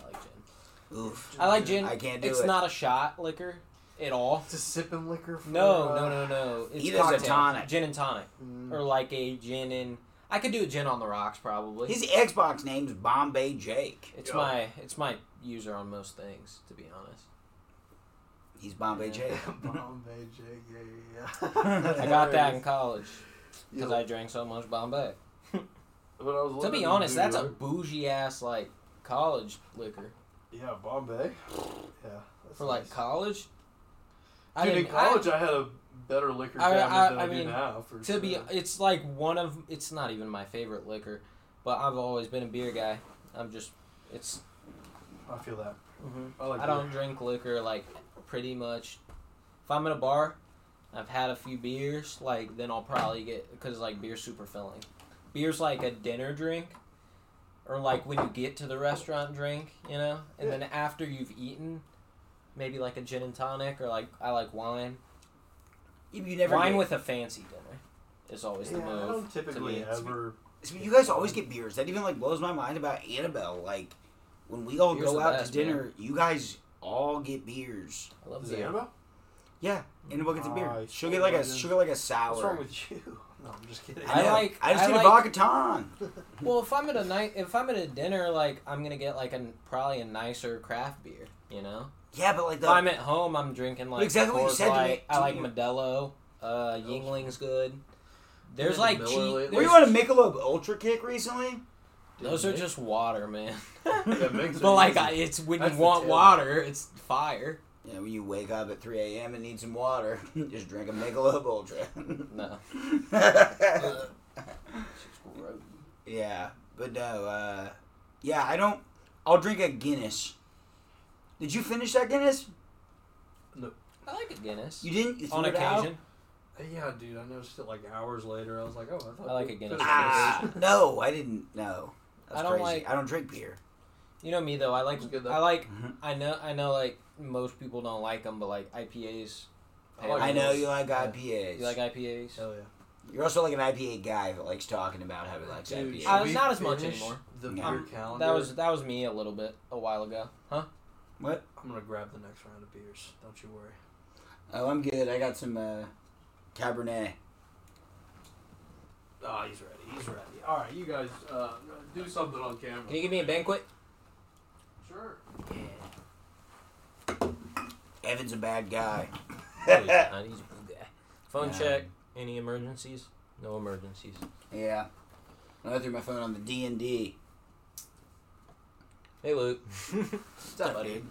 Speaker 6: I like gin.
Speaker 5: Oof.
Speaker 6: I like gin.
Speaker 5: I can't do
Speaker 6: it's
Speaker 5: it.
Speaker 6: not a shot liquor at all.
Speaker 4: It's a sipping liquor. For,
Speaker 6: No,
Speaker 4: uh,
Speaker 6: no, no, no. It's
Speaker 5: Either's a
Speaker 6: cocktail.
Speaker 5: tonic.
Speaker 6: gin and tonic,
Speaker 4: Mm.
Speaker 6: or like a gin and. I could do a gin on the rocks probably.
Speaker 5: His Xbox name's Bombay Jake.
Speaker 6: it's
Speaker 4: Yo.
Speaker 6: my it's my user on most things, to be honest.
Speaker 5: He's Bombay
Speaker 6: Yeah.
Speaker 5: Jake.
Speaker 4: [LAUGHS] Bombay Jake. Yeah, [LAUGHS]
Speaker 6: [LAUGHS]
Speaker 4: yeah, yeah.
Speaker 6: I got that in college
Speaker 4: Yeah.
Speaker 6: because I drank so much Bombay.
Speaker 4: But I was
Speaker 6: To
Speaker 4: looking
Speaker 6: be honest, that's a
Speaker 4: do it.
Speaker 6: bougie ass like college liquor
Speaker 4: yeah Bombay. Yeah, that's
Speaker 6: for like
Speaker 4: nice.
Speaker 6: college. I
Speaker 4: Dude, in
Speaker 6: didn't- I-
Speaker 4: college, I, had a better liquor
Speaker 6: I-
Speaker 4: cabinet
Speaker 6: I-
Speaker 4: than
Speaker 6: I
Speaker 4: I,
Speaker 6: mean,
Speaker 4: do now. For
Speaker 6: to be
Speaker 4: sure.
Speaker 6: it's like one of it's not even my favorite liquor but i've always been a beer guy i'm just it's
Speaker 4: I feel that.
Speaker 6: Mhm.
Speaker 4: I like
Speaker 6: i don't drink liquor like pretty much if i'm in a bar i've had a few beers like then i'll probably get because like beer's super filling beer's like a dinner drink or like when you get to the restaurant drink you know and then after you've eaten maybe like a gin and tonic or like i like wine
Speaker 5: [LAUGHS] You never
Speaker 6: wine
Speaker 5: get-
Speaker 6: with a fancy dinner is always
Speaker 4: Yeah,
Speaker 6: the move
Speaker 4: I don't
Speaker 6: to
Speaker 4: typically
Speaker 6: me. It's-
Speaker 4: ever.
Speaker 5: So you guys always get beers. That even like blows my mind about Annabelle. Like when we all
Speaker 6: Beer's
Speaker 5: go
Speaker 6: the
Speaker 5: out
Speaker 6: best,
Speaker 5: to dinner, you guys all get beers.
Speaker 6: I love
Speaker 4: Is it
Speaker 6: beer.
Speaker 4: Annabelle?
Speaker 5: Yeah, Annabelle gets a beer.
Speaker 4: Nice.
Speaker 5: she'll get like a
Speaker 4: What's
Speaker 5: she'll get like a sour.
Speaker 4: What's wrong with you? [LAUGHS] No, I'm just kidding.
Speaker 5: I,
Speaker 6: I
Speaker 5: know.
Speaker 6: like-
Speaker 5: I just
Speaker 6: I
Speaker 5: need a
Speaker 6: like-
Speaker 5: vodka ton.
Speaker 6: Well, if I'm at a night, if I'm at a dinner, like I'm gonna get like a probably a nicer craft beer. You know,
Speaker 5: Yeah, but like
Speaker 6: if I'm
Speaker 5: the
Speaker 6: at home, I'm drinking like
Speaker 5: Exactly what you
Speaker 6: Coors
Speaker 5: said to
Speaker 6: Light.
Speaker 5: me-
Speaker 6: I
Speaker 5: to
Speaker 6: like
Speaker 5: me.
Speaker 6: Modelo. Uh, Yingling's good. There's
Speaker 4: Yeah,
Speaker 6: like
Speaker 4: Miller
Speaker 6: cheap.
Speaker 4: lately.
Speaker 5: were you
Speaker 6: There's,
Speaker 5: on a Michelob Ultra
Speaker 6: [LAUGHS]
Speaker 5: kick recently?
Speaker 6: those are just water, man.
Speaker 4: makes it
Speaker 6: but like,
Speaker 4: easy.
Speaker 6: I, it's when
Speaker 4: That's
Speaker 6: you
Speaker 4: the
Speaker 6: want
Speaker 4: tip.
Speaker 6: water, it's fire.
Speaker 5: Yeah, when you wake up at 3 a.m. and need some water, [LAUGHS] just drink a Michelob Ultra. [LAUGHS]
Speaker 6: No, Uh,
Speaker 5: yeah, but no, uh, yeah, I don't. I'll drink a Guinness. Did you finish that Guinness?
Speaker 6: I like a Guinness
Speaker 5: You didn't. You
Speaker 6: on
Speaker 5: threw it out?
Speaker 6: occasion.
Speaker 4: Yeah, dude. I noticed it like hours later. I was like, oh, I thought.
Speaker 6: I like
Speaker 4: we-
Speaker 6: a Guinness.
Speaker 4: that's
Speaker 5: Ah,
Speaker 4: good.
Speaker 5: no, I didn't know. That's
Speaker 6: I don't
Speaker 5: crazy.
Speaker 6: like-
Speaker 5: I don't drink beer.
Speaker 6: You know me though. I like.
Speaker 4: It's good, though.
Speaker 6: I like.
Speaker 5: Mhm.
Speaker 6: I know. I know. Like most people don't like them, but like IPAs.
Speaker 4: I like
Speaker 5: I know
Speaker 4: those.
Speaker 5: you like
Speaker 6: Yeah.
Speaker 5: IPAs.
Speaker 6: You like IPAs?
Speaker 4: [LAUGHS] Hell yeah.
Speaker 5: You're also like an IPA guy that likes talking about how he likes
Speaker 4: Dude,
Speaker 5: IPAs.
Speaker 4: should
Speaker 6: I-
Speaker 4: we
Speaker 6: not as much
Speaker 4: finish
Speaker 6: anymore.
Speaker 4: The
Speaker 5: No.
Speaker 4: beer
Speaker 5: Um,
Speaker 4: calendar.
Speaker 6: That was that was me a little bit a while ago, huh?
Speaker 5: what?
Speaker 4: I'm gonna grab the next round of beers. Don't you worry.
Speaker 5: Oh, I'm good. I got some uh, Cabernet.
Speaker 4: Oh, he's ready. He's ready. All right, you guys uh, do something on camera.
Speaker 6: Can you give me a banquet?
Speaker 4: Sure.
Speaker 5: Evan's a bad guy.
Speaker 6: He's not, [LAUGHS] he's a good guy. Phone
Speaker 5: Yeah.
Speaker 6: check. Any emergencies? No emergencies.
Speaker 5: Yeah. I threw my phone on the D and D.
Speaker 6: Hey Luke.
Speaker 5: What's up,
Speaker 6: buddy?
Speaker 5: dude?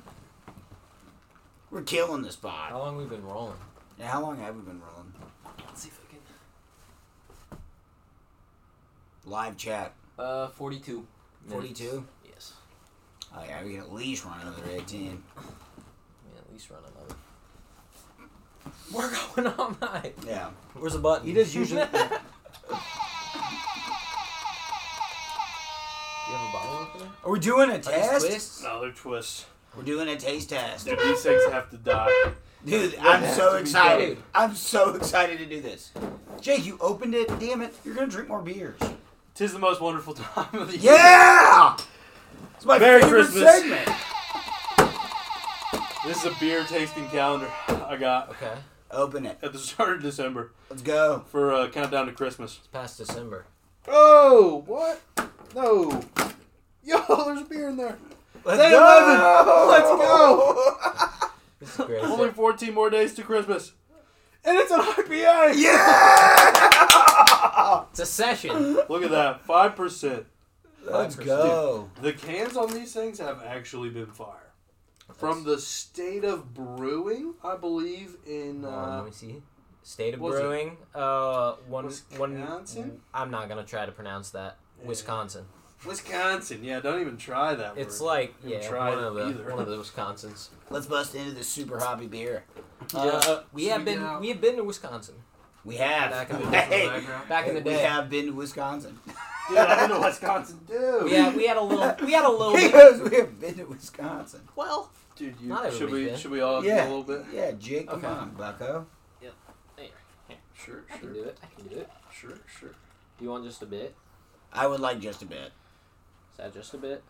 Speaker 5: We're killing this pod.
Speaker 6: How long we been rolling?
Speaker 5: Yeah, how long have we been rolling?
Speaker 6: Let's see if I can.
Speaker 5: Live chat.
Speaker 6: Uh, forty-two. minutes.
Speaker 5: 42?
Speaker 6: Yes.
Speaker 5: Oh, yeah, we can at least run another 18.
Speaker 6: Yeah, at least run another. [LAUGHS] We're going all night.
Speaker 5: Yeah.
Speaker 2: Where's the button?
Speaker 5: He does
Speaker 6: [LAUGHS]
Speaker 5: usually.
Speaker 6: You have a bottle opener?
Speaker 5: Are we doing a
Speaker 2: These
Speaker 5: test?
Speaker 2: twists?
Speaker 4: Another twist.
Speaker 5: We're doing a taste test.
Speaker 4: Dude, these things have to die.
Speaker 5: Dude, I'm
Speaker 4: have
Speaker 5: so
Speaker 4: to be
Speaker 5: excited.
Speaker 6: good.
Speaker 5: I'm so excited to do this. Jake, you opened it. Damn it. You're going to drink more beers.
Speaker 4: Tis the most wonderful [LAUGHS] time of the year.
Speaker 5: Yeah! It's my
Speaker 4: Merry
Speaker 5: favorite
Speaker 4: Christmas.
Speaker 5: segment.
Speaker 4: This is a beer tasting calendar I got
Speaker 2: Okay,
Speaker 5: Open it.
Speaker 4: at the start of December
Speaker 5: Let's go.
Speaker 4: for uh, countdown to Christmas.
Speaker 2: it's past
Speaker 6: [LAUGHS]
Speaker 2: December.
Speaker 4: Oh, what? No. Yo, [LAUGHS] there's a beer in there.
Speaker 5: Let's
Speaker 4: Day
Speaker 5: go.
Speaker 4: 11. Let's go.
Speaker 2: This is great.
Speaker 4: Only 14 more days to Christmas. And it's an IPA.
Speaker 5: Yeah!
Speaker 2: it's a session.
Speaker 4: Look at that. 5%.
Speaker 5: Let's go.
Speaker 4: The cans on these things have actually been fire. From the state of brewing, I believe, in.
Speaker 2: Hold on, let
Speaker 4: Uh,
Speaker 2: me see. State of
Speaker 4: was it?
Speaker 2: Brewing. Uh, one,
Speaker 4: Wisconsin?
Speaker 2: one. I'm not gonna try to pronounce that. Wisconsin.
Speaker 4: Wisconsin. Yeah, don't even try that
Speaker 2: It's
Speaker 4: word.
Speaker 2: like
Speaker 4: Haven't
Speaker 2: yeah,
Speaker 4: tried
Speaker 2: one of the
Speaker 4: either.
Speaker 2: one of the
Speaker 4: [LAUGHS]
Speaker 2: Wisconsins.
Speaker 5: Let's bust into this super hobby beer.
Speaker 2: Uh, we
Speaker 4: should
Speaker 2: have
Speaker 4: we
Speaker 2: been
Speaker 4: get out?
Speaker 2: we have been to Wisconsin
Speaker 4: [LAUGHS]
Speaker 5: We have.
Speaker 2: Back in the-
Speaker 5: [LAUGHS] hey,
Speaker 4: Background.
Speaker 2: back in the
Speaker 5: we
Speaker 2: day.
Speaker 5: have been to Wisconsin.
Speaker 4: Dude, I don't know what Wisconsin [LAUGHS] do.
Speaker 2: We had we had a little we
Speaker 4: [LAUGHS]
Speaker 2: had a
Speaker 5: [LAUGHS]
Speaker 2: little
Speaker 5: He
Speaker 2: bit.
Speaker 5: goes, we have been to Wisconsin.
Speaker 2: Well,
Speaker 4: Dude, you,
Speaker 2: Not
Speaker 4: should
Speaker 2: everybody's
Speaker 4: we
Speaker 2: been.
Speaker 4: should we all
Speaker 5: yeah.
Speaker 4: do a little bit?
Speaker 5: Yeah, Jake, come
Speaker 2: Okay.
Speaker 5: on, bucko.
Speaker 4: Sure,
Speaker 6: I can
Speaker 4: sure,
Speaker 6: do it. I can do it.
Speaker 4: sure, sure.
Speaker 6: You want just a bit?
Speaker 5: I would like just a bit.
Speaker 6: Is that just a bit?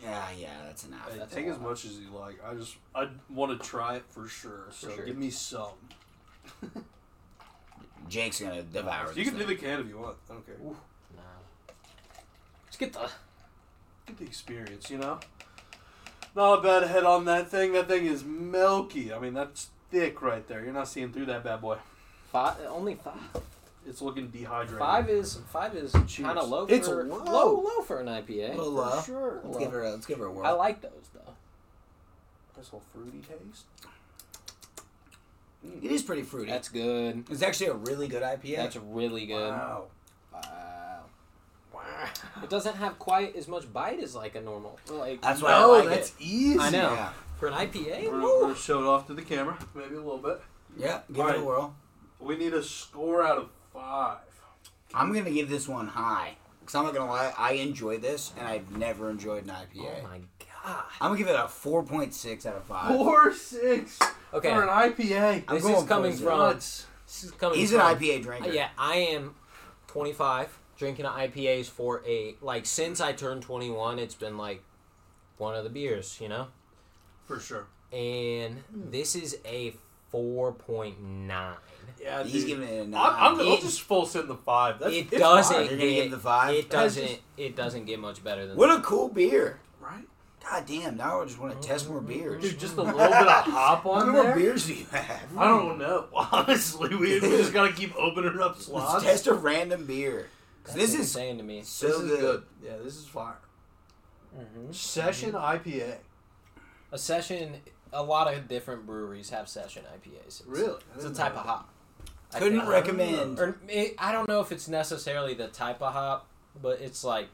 Speaker 5: Yeah, yeah, that's enough.
Speaker 4: Hey,
Speaker 6: That's
Speaker 4: take
Speaker 6: a
Speaker 4: as
Speaker 6: lot.
Speaker 4: much as you like. I just I want to try it for sure. So
Speaker 6: sure.
Speaker 4: give me some.
Speaker 5: Jake's gonna devour
Speaker 4: you
Speaker 5: this
Speaker 4: can do
Speaker 5: thing.
Speaker 4: the can if you want. I don't care.
Speaker 6: No. Let's get the.
Speaker 4: Get the experience, you know. Not a bad head on that thing. That thing is milky. I mean, that's thick right there. You're not seeing through that bad boy.
Speaker 6: Five, only five.
Speaker 4: It's looking dehydrated.
Speaker 6: Five is five is
Speaker 4: Cheers.
Speaker 6: kind of low. For,
Speaker 4: It's low.
Speaker 6: low. low for an IPA.
Speaker 5: Little low.
Speaker 6: For sure.
Speaker 5: uh, Let's
Speaker 6: low.
Speaker 5: give her. A, let's give her a whirl.
Speaker 6: I like those though.
Speaker 4: This little fruity taste.
Speaker 5: it is pretty fruity.
Speaker 6: That's good.
Speaker 5: it's actually a really good IPA.
Speaker 6: That's really good.
Speaker 4: Wow.
Speaker 6: Wow. It doesn't have quite as much bite as like a normal. Like
Speaker 5: That's why
Speaker 4: Oh,
Speaker 5: I like
Speaker 4: that's
Speaker 5: it.
Speaker 4: easy.
Speaker 6: I know.
Speaker 5: Yeah.
Speaker 6: for an IPA.
Speaker 4: We're,
Speaker 6: woo.
Speaker 4: we're showed off to the camera, maybe a little bit.
Speaker 5: Yeah, give it
Speaker 4: Alright.
Speaker 5: a whirl.
Speaker 4: We need a score out of five.
Speaker 5: I'm gonna give this one high. Cause I'm not gonna lie, I enjoy this, and I've never enjoyed an IPA.
Speaker 6: Oh my god.
Speaker 5: I'm gonna give it a 4.6 out of five.
Speaker 4: Four six
Speaker 6: Okay.
Speaker 4: for an IPA.
Speaker 5: I'm
Speaker 6: This
Speaker 5: going
Speaker 6: is coming
Speaker 5: poison.
Speaker 6: from.
Speaker 4: Nuts.
Speaker 6: This is coming.
Speaker 5: He's an
Speaker 6: from, Uh,
Speaker 5: IPA drinker.
Speaker 6: Yeah, I am 25 drinking IPAs for a like since I turned 21. It's been like one of the beers, you know.
Speaker 4: for sure.
Speaker 6: And
Speaker 5: Hmm.
Speaker 6: this is a 4.9.
Speaker 4: Yeah,
Speaker 5: He's
Speaker 4: dude.
Speaker 5: giving it a 9
Speaker 4: I'm, I'm, I'll
Speaker 6: It-
Speaker 4: just full send the five. That's,
Speaker 6: it
Speaker 4: it's
Speaker 5: You're
Speaker 6: doesn't
Speaker 5: gonna
Speaker 4: fine.
Speaker 5: give
Speaker 6: get
Speaker 5: the five.
Speaker 6: It
Speaker 5: That's
Speaker 6: doesn't.
Speaker 5: just-
Speaker 6: It doesn't get much better than.
Speaker 5: What a cool beer.
Speaker 4: right,
Speaker 5: God damn, now I just want to test more beers.
Speaker 4: Oh, dude. Just a little bit of hop
Speaker 5: How
Speaker 4: on
Speaker 5: many more
Speaker 4: there.
Speaker 5: beers do you have?
Speaker 4: I don't know. [LAUGHS] Honestly, we, we just gotta keep opening up
Speaker 5: Let's
Speaker 4: slots.
Speaker 5: test a random beer. 'Cause
Speaker 6: That's
Speaker 5: This is
Speaker 6: insane to me.
Speaker 5: so
Speaker 4: this is
Speaker 5: good.
Speaker 4: good. Yeah, this is fire. Session IPA.
Speaker 6: A session. A lot of different breweries have session IPAs. It's,
Speaker 4: Really? I
Speaker 6: It's a
Speaker 4: didn't
Speaker 6: type
Speaker 4: know
Speaker 6: of
Speaker 4: that.
Speaker 6: hop. I
Speaker 5: Couldn't
Speaker 6: think.
Speaker 5: recommend.
Speaker 6: Or it, I don't know if it's necessarily the type of hop, but it's like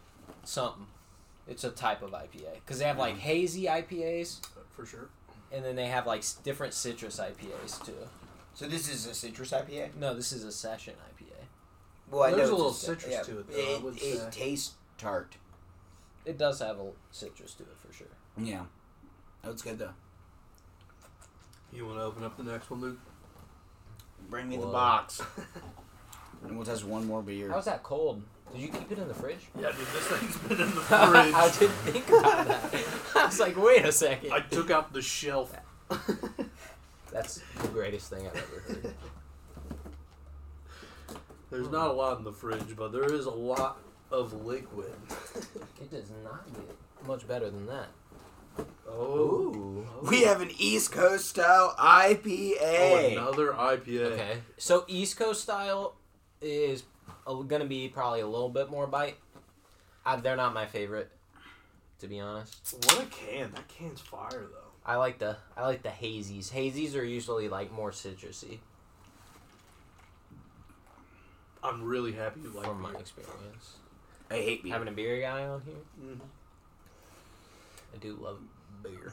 Speaker 6: something. It's a type of IPA because they have like hazy IPAs,
Speaker 4: for sure.
Speaker 6: and then they have like s- different citrus IPAs too.
Speaker 5: So this is a citrus IPA.
Speaker 6: No, this is a session IPA.
Speaker 5: Well,
Speaker 4: There's a
Speaker 5: it's
Speaker 4: little
Speaker 5: just-
Speaker 4: citrus to it, though, I would
Speaker 5: It,
Speaker 4: say.
Speaker 5: it tastes tart.
Speaker 6: It does have a citrus to it for sure.
Speaker 5: Yeah, that's good though.
Speaker 4: You want to open up the next one, Luke?
Speaker 5: Bring me the
Speaker 6: Whoa.
Speaker 4: [LAUGHS]
Speaker 5: box, and we'll test one more beer.
Speaker 6: How's that cold? Did you keep it in the fridge?
Speaker 4: Yeah, dude. This thing's been in the
Speaker 6: [LAUGHS] I
Speaker 4: fridge.
Speaker 6: didn't think about that. [LAUGHS] I was like, wait a second.
Speaker 4: I took out the shelf.
Speaker 6: That's the greatest thing I've ever heard.
Speaker 4: There's not a lot in the fridge, but there is a lot of liquid.
Speaker 6: It does not get much better than that.
Speaker 4: Oh,
Speaker 5: We have an East Coast style IPA.
Speaker 4: Oh, another IPA.
Speaker 6: Okay. So East Coast style is going to be probably a little bit more bite. I, they're not my favorite, to be honest.
Speaker 4: What a can! That can's fire though.
Speaker 2: I like the I like the hazies. Hazies are usually like more citrusy
Speaker 4: I'm really happy you like
Speaker 2: from my
Speaker 4: beer.
Speaker 2: experience.
Speaker 5: I hate beer.
Speaker 2: Having a beer guy on here,
Speaker 4: Mhm.
Speaker 2: I do love beer.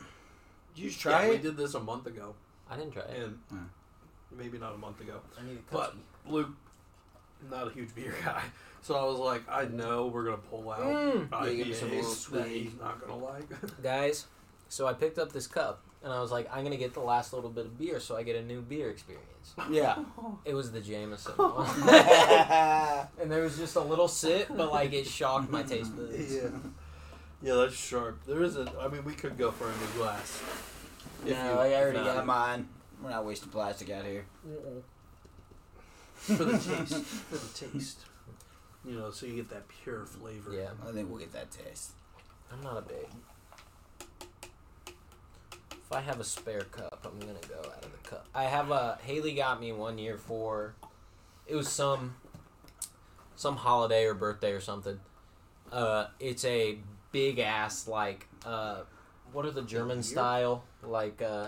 Speaker 5: Did you just
Speaker 4: Yeah,
Speaker 5: try
Speaker 4: we
Speaker 5: it?
Speaker 4: did this a month ago,
Speaker 2: I didn't try it.
Speaker 4: and
Speaker 5: Hmm.
Speaker 4: maybe not a month ago.
Speaker 6: I need a
Speaker 4: But
Speaker 6: cookie.
Speaker 4: Luke, not a huge beer guy, [LAUGHS] so I was like, I know we're gonna pull out
Speaker 2: Mm.
Speaker 5: Yeah, give him
Speaker 4: IPAs
Speaker 5: some little
Speaker 4: that
Speaker 5: swig.
Speaker 4: he's not gonna like. [LAUGHS]
Speaker 5: [LAUGHS]
Speaker 2: Guys, so I picked up this cup and I was like, I'm gonna get the last little bit of beer, so I get a new beer experience.
Speaker 5: Yeah.
Speaker 2: It was the Jameson,
Speaker 5: [LAUGHS]
Speaker 2: one.
Speaker 5: yeah.
Speaker 2: and there was just a little sip, but like it shocked my taste buds.
Speaker 4: yeah, yeah, that's sharp. There isn't. I mean, we could go for a new glass. If
Speaker 5: No,
Speaker 4: you-
Speaker 5: I already
Speaker 4: no.
Speaker 5: got mine. We're not wasting plastic out here.
Speaker 4: for the taste. For the taste. You know, so you get that pure flavor.
Speaker 2: Yeah,
Speaker 5: I think we'll get that taste.
Speaker 2: I'm not a big. If I have a spare cup, I'm gonna go out of the cup. I have a Haley got me one year for, it was some, some holiday or birthday or something. Uh, it's a big ass like uh, what are the German style like uh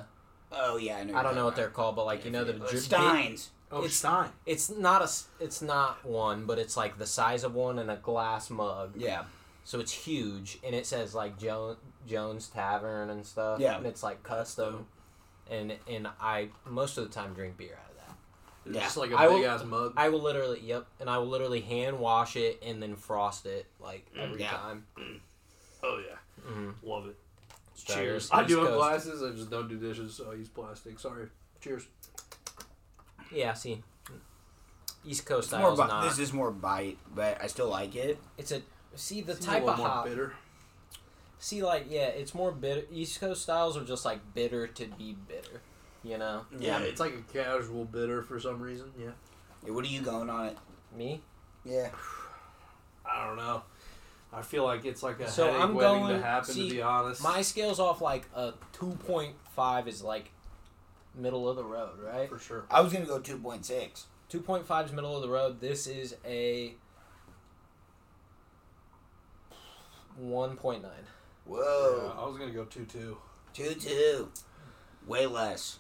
Speaker 5: Oh yeah, I know.
Speaker 2: I don't know what they're called, but like you know the
Speaker 6: Uh,
Speaker 2: Ger-
Speaker 5: Steins.
Speaker 4: Oh,
Speaker 2: It's-
Speaker 4: Stein.
Speaker 2: It's not a s- it's not one, but it's like the size of one in a glass mug.
Speaker 5: Yeah.
Speaker 2: So it's huge, and it says like Jones Jones Tavern and stuff.
Speaker 5: Yeah.
Speaker 2: and it's like custom, and and I most of the time drink beer out of that.
Speaker 4: It's
Speaker 5: Yeah.
Speaker 4: just like a
Speaker 2: I will-
Speaker 4: big ass mug.
Speaker 2: I will literally yep, and I will literally hand wash it and then frost it like every
Speaker 5: Yeah.
Speaker 2: time.
Speaker 4: oh yeah,
Speaker 6: Mm-hmm.
Speaker 4: love it.
Speaker 2: Cheers.
Speaker 4: I do
Speaker 2: East
Speaker 4: have
Speaker 2: Coast.
Speaker 4: glasses. I just don't do dishes, so I use plastic. Sorry. Cheers.
Speaker 2: Yeah, see, East Coast
Speaker 5: It's
Speaker 2: style
Speaker 5: more
Speaker 2: is
Speaker 5: bi-
Speaker 2: not.
Speaker 5: this is more bite, but I still like it.
Speaker 6: It's a see the
Speaker 4: Seems a
Speaker 6: type
Speaker 4: little
Speaker 6: of
Speaker 4: more
Speaker 6: hop.
Speaker 4: bitter.
Speaker 6: See, like yeah, it's more bitter. East Coast styles are just like bitter to be bitter, you know.
Speaker 4: Yeah,
Speaker 5: Yeah.
Speaker 4: it's like a casual bitter for some reason. Yeah.
Speaker 5: Hey, what are you going on it?
Speaker 6: Me,
Speaker 5: Yeah.
Speaker 4: I don't know. I feel like it's like a
Speaker 6: So
Speaker 4: headache
Speaker 6: I'm
Speaker 4: waiting
Speaker 6: going-
Speaker 4: to happen.
Speaker 6: see,
Speaker 4: to be honest,
Speaker 6: my scale's off like a two point five is like middle of the road, right?
Speaker 4: for sure.
Speaker 5: I was gonna go two point six.
Speaker 6: Two point five is middle of the road. This is a one point nine.
Speaker 5: Whoa.
Speaker 6: Oh.
Speaker 4: Yeah, I was gonna go two two.
Speaker 5: Two two. Way less.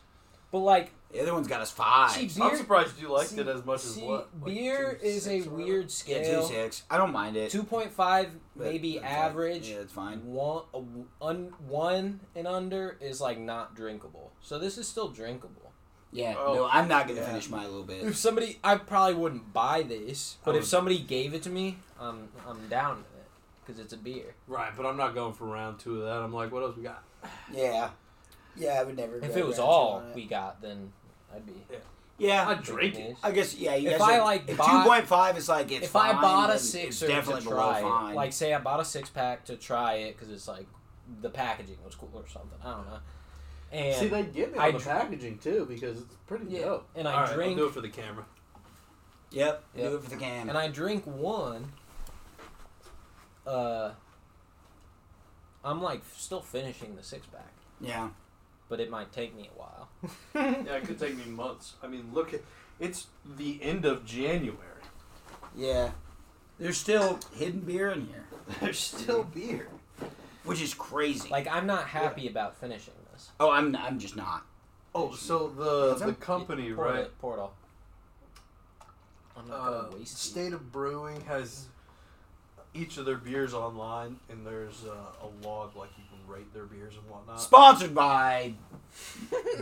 Speaker 6: But like,
Speaker 5: The other one's got us five.
Speaker 6: see,
Speaker 4: I'm
Speaker 6: beer,
Speaker 4: surprised you liked
Speaker 6: see-
Speaker 4: it as much
Speaker 6: see,
Speaker 4: as what like
Speaker 6: beer
Speaker 4: two,
Speaker 6: is a
Speaker 4: six or whatever?
Speaker 6: weird
Speaker 5: yeah,
Speaker 6: scale.
Speaker 5: two six. I don't mind it.
Speaker 6: Two point five,
Speaker 5: but
Speaker 6: maybe
Speaker 5: that's fine.
Speaker 6: average.
Speaker 5: Yeah, it's fine.
Speaker 6: One, a w- un, one and under is like not drinkable. So this is still drinkable.
Speaker 5: Yeah.
Speaker 4: Oh,
Speaker 5: no, I'm not gonna
Speaker 4: yeah.
Speaker 5: finish my little bit.
Speaker 6: If [LAUGHS] somebody, I probably wouldn't buy this, but if
Speaker 4: would-
Speaker 6: somebody gave it to me, I'm I'm down with it because it's a beer.
Speaker 4: Right, but I'm not going for round two of that. I'm like, what else we got?
Speaker 5: Yeah. Yeah, I would never.
Speaker 6: If
Speaker 5: go
Speaker 6: it was
Speaker 5: round two
Speaker 6: all
Speaker 5: on it.
Speaker 6: we got, then I'd be.
Speaker 5: Yeah.
Speaker 4: I'd drink it.
Speaker 5: I guess yeah. You
Speaker 6: If
Speaker 5: guys
Speaker 6: I,
Speaker 5: are-
Speaker 6: like,
Speaker 5: if
Speaker 6: bought-
Speaker 5: two point five is like it's
Speaker 6: if I
Speaker 5: fine,
Speaker 6: bought
Speaker 5: then
Speaker 6: a
Speaker 5: it's
Speaker 6: sixer
Speaker 5: definitely
Speaker 6: to
Speaker 5: below
Speaker 6: try it,
Speaker 5: fine.
Speaker 6: like say I bought a six pack to try it because it's like the packaging was cool or something. I don't know. And
Speaker 4: See, they get me on
Speaker 6: I
Speaker 4: the
Speaker 6: dr-
Speaker 4: packaging too because it's pretty
Speaker 6: Yeah,
Speaker 4: dope.
Speaker 6: and I
Speaker 4: All right,
Speaker 6: drink-
Speaker 4: I'll do it for the camera.
Speaker 5: yep,
Speaker 6: Yep.
Speaker 5: do it for the can.
Speaker 6: and I drink one. Uh, I'm like still finishing the six pack,
Speaker 5: yeah,
Speaker 6: but it might take me a while.
Speaker 4: Yeah, it could take me months. I mean, look at it's the end
Speaker 6: [LAUGHS]
Speaker 4: of January.
Speaker 5: yeah. There's still hidden beer in here,
Speaker 4: There's still beer.
Speaker 5: which is crazy.
Speaker 6: Like I'm not happy about finishing this.
Speaker 5: oh, I'm I'm just not.
Speaker 4: Oh, so the
Speaker 5: That's
Speaker 4: the
Speaker 5: it?
Speaker 4: company,
Speaker 6: pour
Speaker 4: right?
Speaker 6: It, pour it all. I'm not
Speaker 4: Uh,
Speaker 6: gonna waste it.
Speaker 4: State of Brewing has each of their beers online, and there's uh, a log like you can rate their beers and whatnot.
Speaker 5: Sponsored by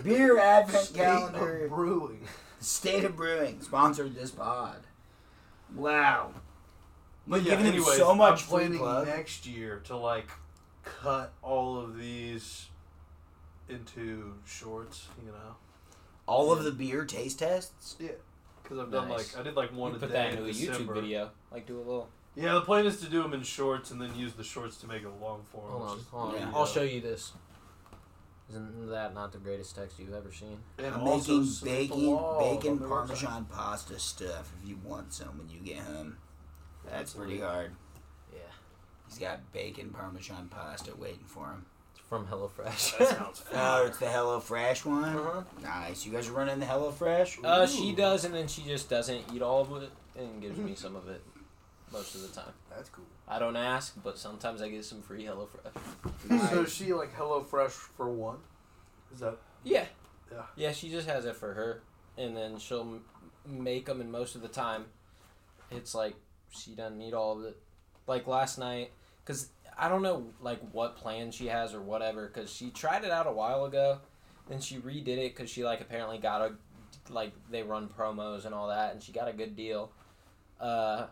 Speaker 5: Beer Advent
Speaker 4: State
Speaker 5: Calendar,
Speaker 4: of Brewing.
Speaker 5: State of Brewing sponsored this pod. Wow,
Speaker 4: But yeah,
Speaker 5: giving them
Speaker 4: anyways,
Speaker 5: so much
Speaker 4: I'm
Speaker 5: free
Speaker 4: planning
Speaker 5: plug.
Speaker 4: next year to like cut all of these into shorts, you know.
Speaker 5: all of the beer taste tests.
Speaker 4: Yeah. Because I've done
Speaker 6: Nice.
Speaker 4: like I did like one
Speaker 6: You
Speaker 4: a
Speaker 6: put
Speaker 4: day
Speaker 6: that
Speaker 4: in
Speaker 6: into a
Speaker 4: December.
Speaker 6: YouTube video. Like do a little.
Speaker 4: Yeah, the plan is to do them in shorts and then use the shorts to make a long form.
Speaker 2: Hold
Speaker 4: which
Speaker 2: on,
Speaker 4: is-
Speaker 2: hold on.
Speaker 5: Yeah.
Speaker 2: I'll show you this. Isn't that not the greatest text you've ever seen?
Speaker 4: And
Speaker 5: I'm
Speaker 4: also
Speaker 5: making
Speaker 4: submit the
Speaker 5: bacon,
Speaker 4: log on
Speaker 5: bacon
Speaker 4: their website.
Speaker 5: parmesan pasta stuff. If you want some when you get home, that's pretty hard.
Speaker 2: Yeah.
Speaker 5: He's got bacon parmesan pasta waiting for him.
Speaker 2: It's from HelloFresh.
Speaker 6: [LAUGHS]
Speaker 4: That
Speaker 5: [LAUGHS]
Speaker 4: sounds
Speaker 5: Oh,
Speaker 4: fun.
Speaker 5: it's the Hello Fresh one.
Speaker 2: Uh-huh.
Speaker 5: Nice. You guys are running the Hello Fresh.
Speaker 6: Uh, she does, and then she just doesn't eat all of it and gives me some of it most of the time.
Speaker 4: That's cool.
Speaker 6: I don't ask, but sometimes I get some free HelloFresh.
Speaker 4: So is she like HelloFresh for one? Is that
Speaker 8: Yeah.
Speaker 4: Yeah.
Speaker 8: Yeah, she just has it for her, and then she'll m- make them, and most of the time, it's like she doesn't need all of it. Like last night, because I don't know like what plan she has or whatever, because she tried it out a while ago, then she redid it because she like apparently got a like they run promos and all that, and she got a good deal. Uh,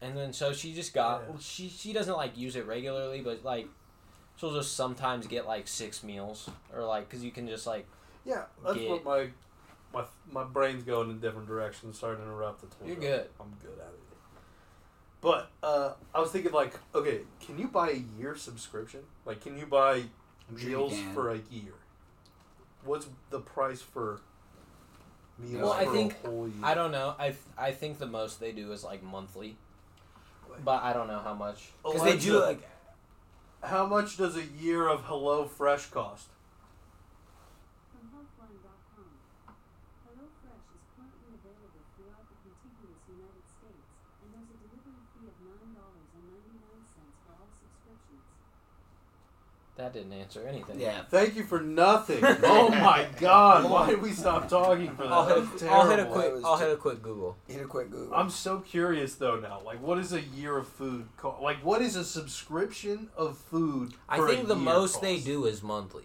Speaker 8: and then so she just got
Speaker 4: Yeah.
Speaker 8: she she doesn't like use it regularly, but like she'll just sometimes get like six meals or like because you can just like
Speaker 4: yeah? That's
Speaker 8: Get-
Speaker 4: what my my my brain's going in a different direction. Sorry to interrupt. The
Speaker 8: You're good.
Speaker 4: I'm good at it. But uh, I was thinking like, okay, can you buy a year subscription? Like, can you buy
Speaker 5: I'm sure you
Speaker 4: meals
Speaker 5: can.
Speaker 4: for a year? What's the price for meals
Speaker 8: Well,
Speaker 4: for
Speaker 8: I think-
Speaker 4: a whole year?
Speaker 8: I don't know. I I think the most they do is like monthly, but I don't know how much.
Speaker 6: Oh,
Speaker 5: Because they do
Speaker 4: Alexa,
Speaker 5: like
Speaker 4: How much does a year of Hello Fresh cost?
Speaker 9: From Healthline.com, HelloFresh is currently available throughout the contiguous United States, and there's a delivery fee of $9.99 for all subscriptions.
Speaker 8: That didn't answer anything.
Speaker 5: yeah.
Speaker 4: Thank you for nothing. oh my God! Why did we stop talking for that?
Speaker 6: I'll hit,
Speaker 4: That was
Speaker 6: a, I'll hit a
Speaker 4: terrible.
Speaker 6: quick.
Speaker 5: That was
Speaker 6: I'll hit a quick Google.
Speaker 5: Hit a quick Google.
Speaker 4: I'm so curious though now. Like, what is a year of food cost? Like, what is a subscription of food?
Speaker 6: I
Speaker 4: for a
Speaker 6: think the
Speaker 4: year
Speaker 6: most
Speaker 4: cost?
Speaker 6: they do is monthly.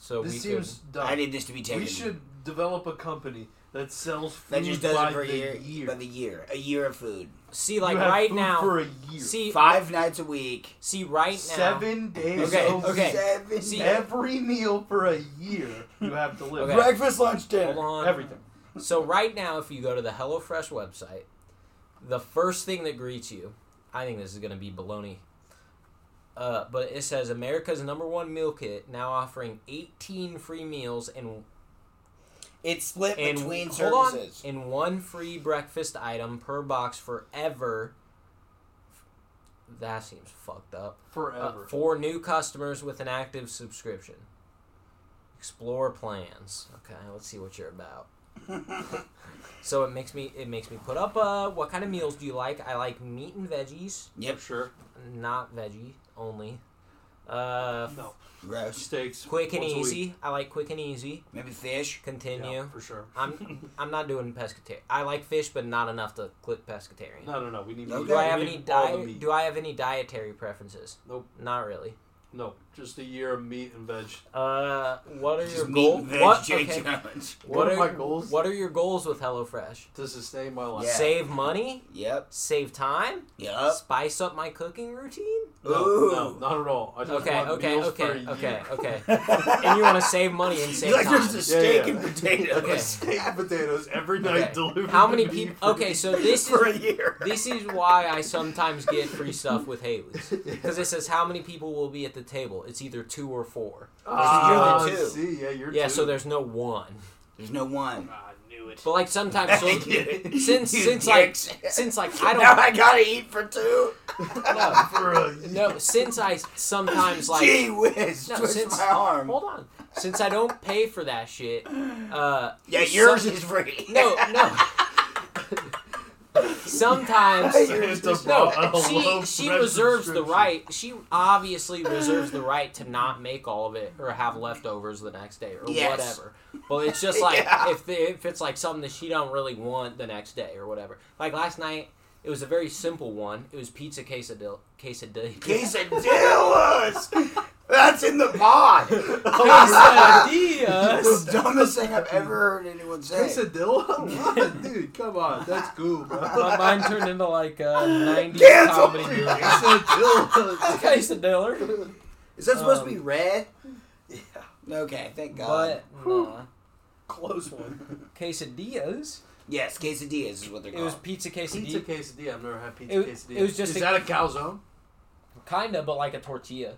Speaker 6: So we
Speaker 4: This seems dumb.
Speaker 5: I need this to be taken.
Speaker 4: we should develop a company that sells food
Speaker 5: That just does
Speaker 4: by
Speaker 5: it for a
Speaker 4: the
Speaker 5: year, By the year, a year of food,
Speaker 6: could see
Speaker 4: You
Speaker 6: like
Speaker 4: have
Speaker 6: right
Speaker 4: food
Speaker 6: now.
Speaker 4: for a year.
Speaker 6: See,
Speaker 5: five nights a week.
Speaker 6: see right now.
Speaker 4: seven days.
Speaker 6: Okay,
Speaker 4: of
Speaker 6: okay.
Speaker 5: Seven
Speaker 6: See-
Speaker 5: days.
Speaker 4: Every meal for a year you have to live.
Speaker 6: Okay.
Speaker 5: breakfast, lunch, dinner.
Speaker 6: Hold on.
Speaker 4: Everything.
Speaker 6: So right now, if you go to the HelloFresh website, the first thing that greets you, I think this is going to be baloney, uh, but it says America's number one meal kit now offering 18 free meals and
Speaker 5: It's split
Speaker 6: and
Speaker 5: between
Speaker 6: hold on,
Speaker 5: services.
Speaker 6: and one free breakfast item per box forever. That seems fucked up. Uh,
Speaker 4: Forever.
Speaker 6: for new customers with an active subscription. Explore plans. Okay, let's see what you're
Speaker 4: [LAUGHS]
Speaker 6: about. so it makes me it makes me put up uh what kind of meals do you like? I like meat and veggies,
Speaker 5: Yep,
Speaker 4: sure.
Speaker 6: not veggie only. Uh
Speaker 4: No.
Speaker 5: gross.
Speaker 4: Steaks.
Speaker 6: quick and
Speaker 4: once a week.
Speaker 6: easy. I like quick and easy.
Speaker 5: Maybe fish.
Speaker 6: Continue.
Speaker 4: Yeah, for sure.
Speaker 6: I'm I'm not doing pescatarian. I like fish but not enough to click pescatarian.
Speaker 4: No, no, no. We need.
Speaker 5: No,
Speaker 4: meat.
Speaker 6: Do I have
Speaker 4: We
Speaker 6: any
Speaker 4: need all the
Speaker 6: diet
Speaker 4: meat.
Speaker 6: do I have any dietary preferences?
Speaker 4: Nope.
Speaker 6: Not really.
Speaker 4: No, just a year of meat and veg.
Speaker 6: Uh, what are your
Speaker 5: Just meat
Speaker 6: goals?
Speaker 5: and veg
Speaker 6: What,
Speaker 5: Jake
Speaker 6: okay. [LAUGHS]
Speaker 5: Jones.
Speaker 6: what
Speaker 4: What
Speaker 6: are
Speaker 4: are my
Speaker 6: your-
Speaker 4: goals?
Speaker 6: What are your goals with HelloFresh?
Speaker 4: To sustain my life.
Speaker 5: Yeah. Uh,
Speaker 6: Save money,
Speaker 5: Yep,
Speaker 6: save time,
Speaker 5: [LAUGHS] yep.
Speaker 6: spice up my cooking routine.
Speaker 4: No,
Speaker 5: Ooh.
Speaker 4: no, not at all. I just
Speaker 6: Okay,
Speaker 4: want
Speaker 6: okay,
Speaker 4: meals for a
Speaker 6: okay,
Speaker 4: year.
Speaker 6: okay, okay. And you
Speaker 5: [LAUGHS]
Speaker 6: want to save money
Speaker 4: [LAUGHS]
Speaker 6: and save
Speaker 5: you like
Speaker 6: time.
Speaker 5: there's a
Speaker 4: Yeah,
Speaker 5: steak
Speaker 4: yeah.
Speaker 5: and [LAUGHS] potatoes
Speaker 6: Okay.
Speaker 4: Steak and potatoes every night
Speaker 6: Okay.
Speaker 4: delivered.
Speaker 6: How many
Speaker 4: to me
Speaker 6: people?
Speaker 4: for-
Speaker 6: Okay, so this
Speaker 5: [LAUGHS] for
Speaker 6: is
Speaker 5: a year.
Speaker 6: this is why I sometimes get free stuff with Haley's
Speaker 4: [LAUGHS]
Speaker 6: because it says how many people will be at the table. It's either two or four.
Speaker 4: Ah,
Speaker 5: You're the two.
Speaker 4: see, yeah, you're
Speaker 6: Yeah,
Speaker 4: two.
Speaker 6: so there's no one.
Speaker 5: There's no one.
Speaker 4: I knew it.
Speaker 6: But like
Speaker 4: [LAUGHS]
Speaker 6: sometimes, so since
Speaker 5: You
Speaker 6: since like
Speaker 5: dicks.
Speaker 6: since like I don't.
Speaker 5: now I gotta eat for two.
Speaker 4: [LAUGHS] for a year.
Speaker 6: [LAUGHS] No, since I sometimes like
Speaker 5: Gee whiz,
Speaker 6: No,
Speaker 5: twist
Speaker 6: since-
Speaker 5: my arm.
Speaker 6: hold on. Since I don't pay for that shit, uh
Speaker 5: yeah, yours
Speaker 6: some-
Speaker 5: is free.
Speaker 6: No,
Speaker 4: [LAUGHS]
Speaker 6: no. Sometimes
Speaker 5: Yours
Speaker 4: It's
Speaker 5: is
Speaker 4: a problem.
Speaker 5: not.
Speaker 4: Oh,
Speaker 6: she
Speaker 4: low
Speaker 6: she
Speaker 4: pressure
Speaker 6: reserves the
Speaker 4: subscription.
Speaker 6: right. She obviously reserves the right to not make all of it or have leftovers the next day or
Speaker 5: Yes.
Speaker 6: whatever. But it's just like
Speaker 5: [LAUGHS] Yeah.
Speaker 6: if the, if it's like something that she don't really want the next day or whatever. Like last night, it was a very simple one. It was pizza quesadilla. Quesadilla.
Speaker 5: [LAUGHS] Quesadillas. That's in
Speaker 6: [LAUGHS]
Speaker 5: the pod.
Speaker 4: [LAUGHS] Oh,
Speaker 6: quesadillas.
Speaker 5: the dumbest thing I've ever heard anyone
Speaker 4: [LAUGHS]
Speaker 5: say.
Speaker 4: Quesadilla? What? Dude, come on. That's cool, bro. [LAUGHS]
Speaker 8: My mind turned into like a '90s
Speaker 5: Cancel.
Speaker 8: comedy movie. [LAUGHS]
Speaker 6: [LAUGHS]
Speaker 4: Quesadilla.
Speaker 8: Quesadilla.
Speaker 5: Is that supposed
Speaker 8: Um,
Speaker 5: to be red?
Speaker 4: Yeah,
Speaker 5: Okay, thank God.
Speaker 8: But nah.
Speaker 4: close one.
Speaker 8: quesadillas.
Speaker 5: yes, quesadillas is what they're
Speaker 8: It was
Speaker 5: called.
Speaker 8: pizza quesadilla,
Speaker 4: Uh, Pizza quesadilla. I've never had pizza
Speaker 8: It-
Speaker 4: quesadilla.
Speaker 8: it was just
Speaker 4: Is
Speaker 8: a-
Speaker 4: that a calzone?
Speaker 8: kinda, but like a tortilla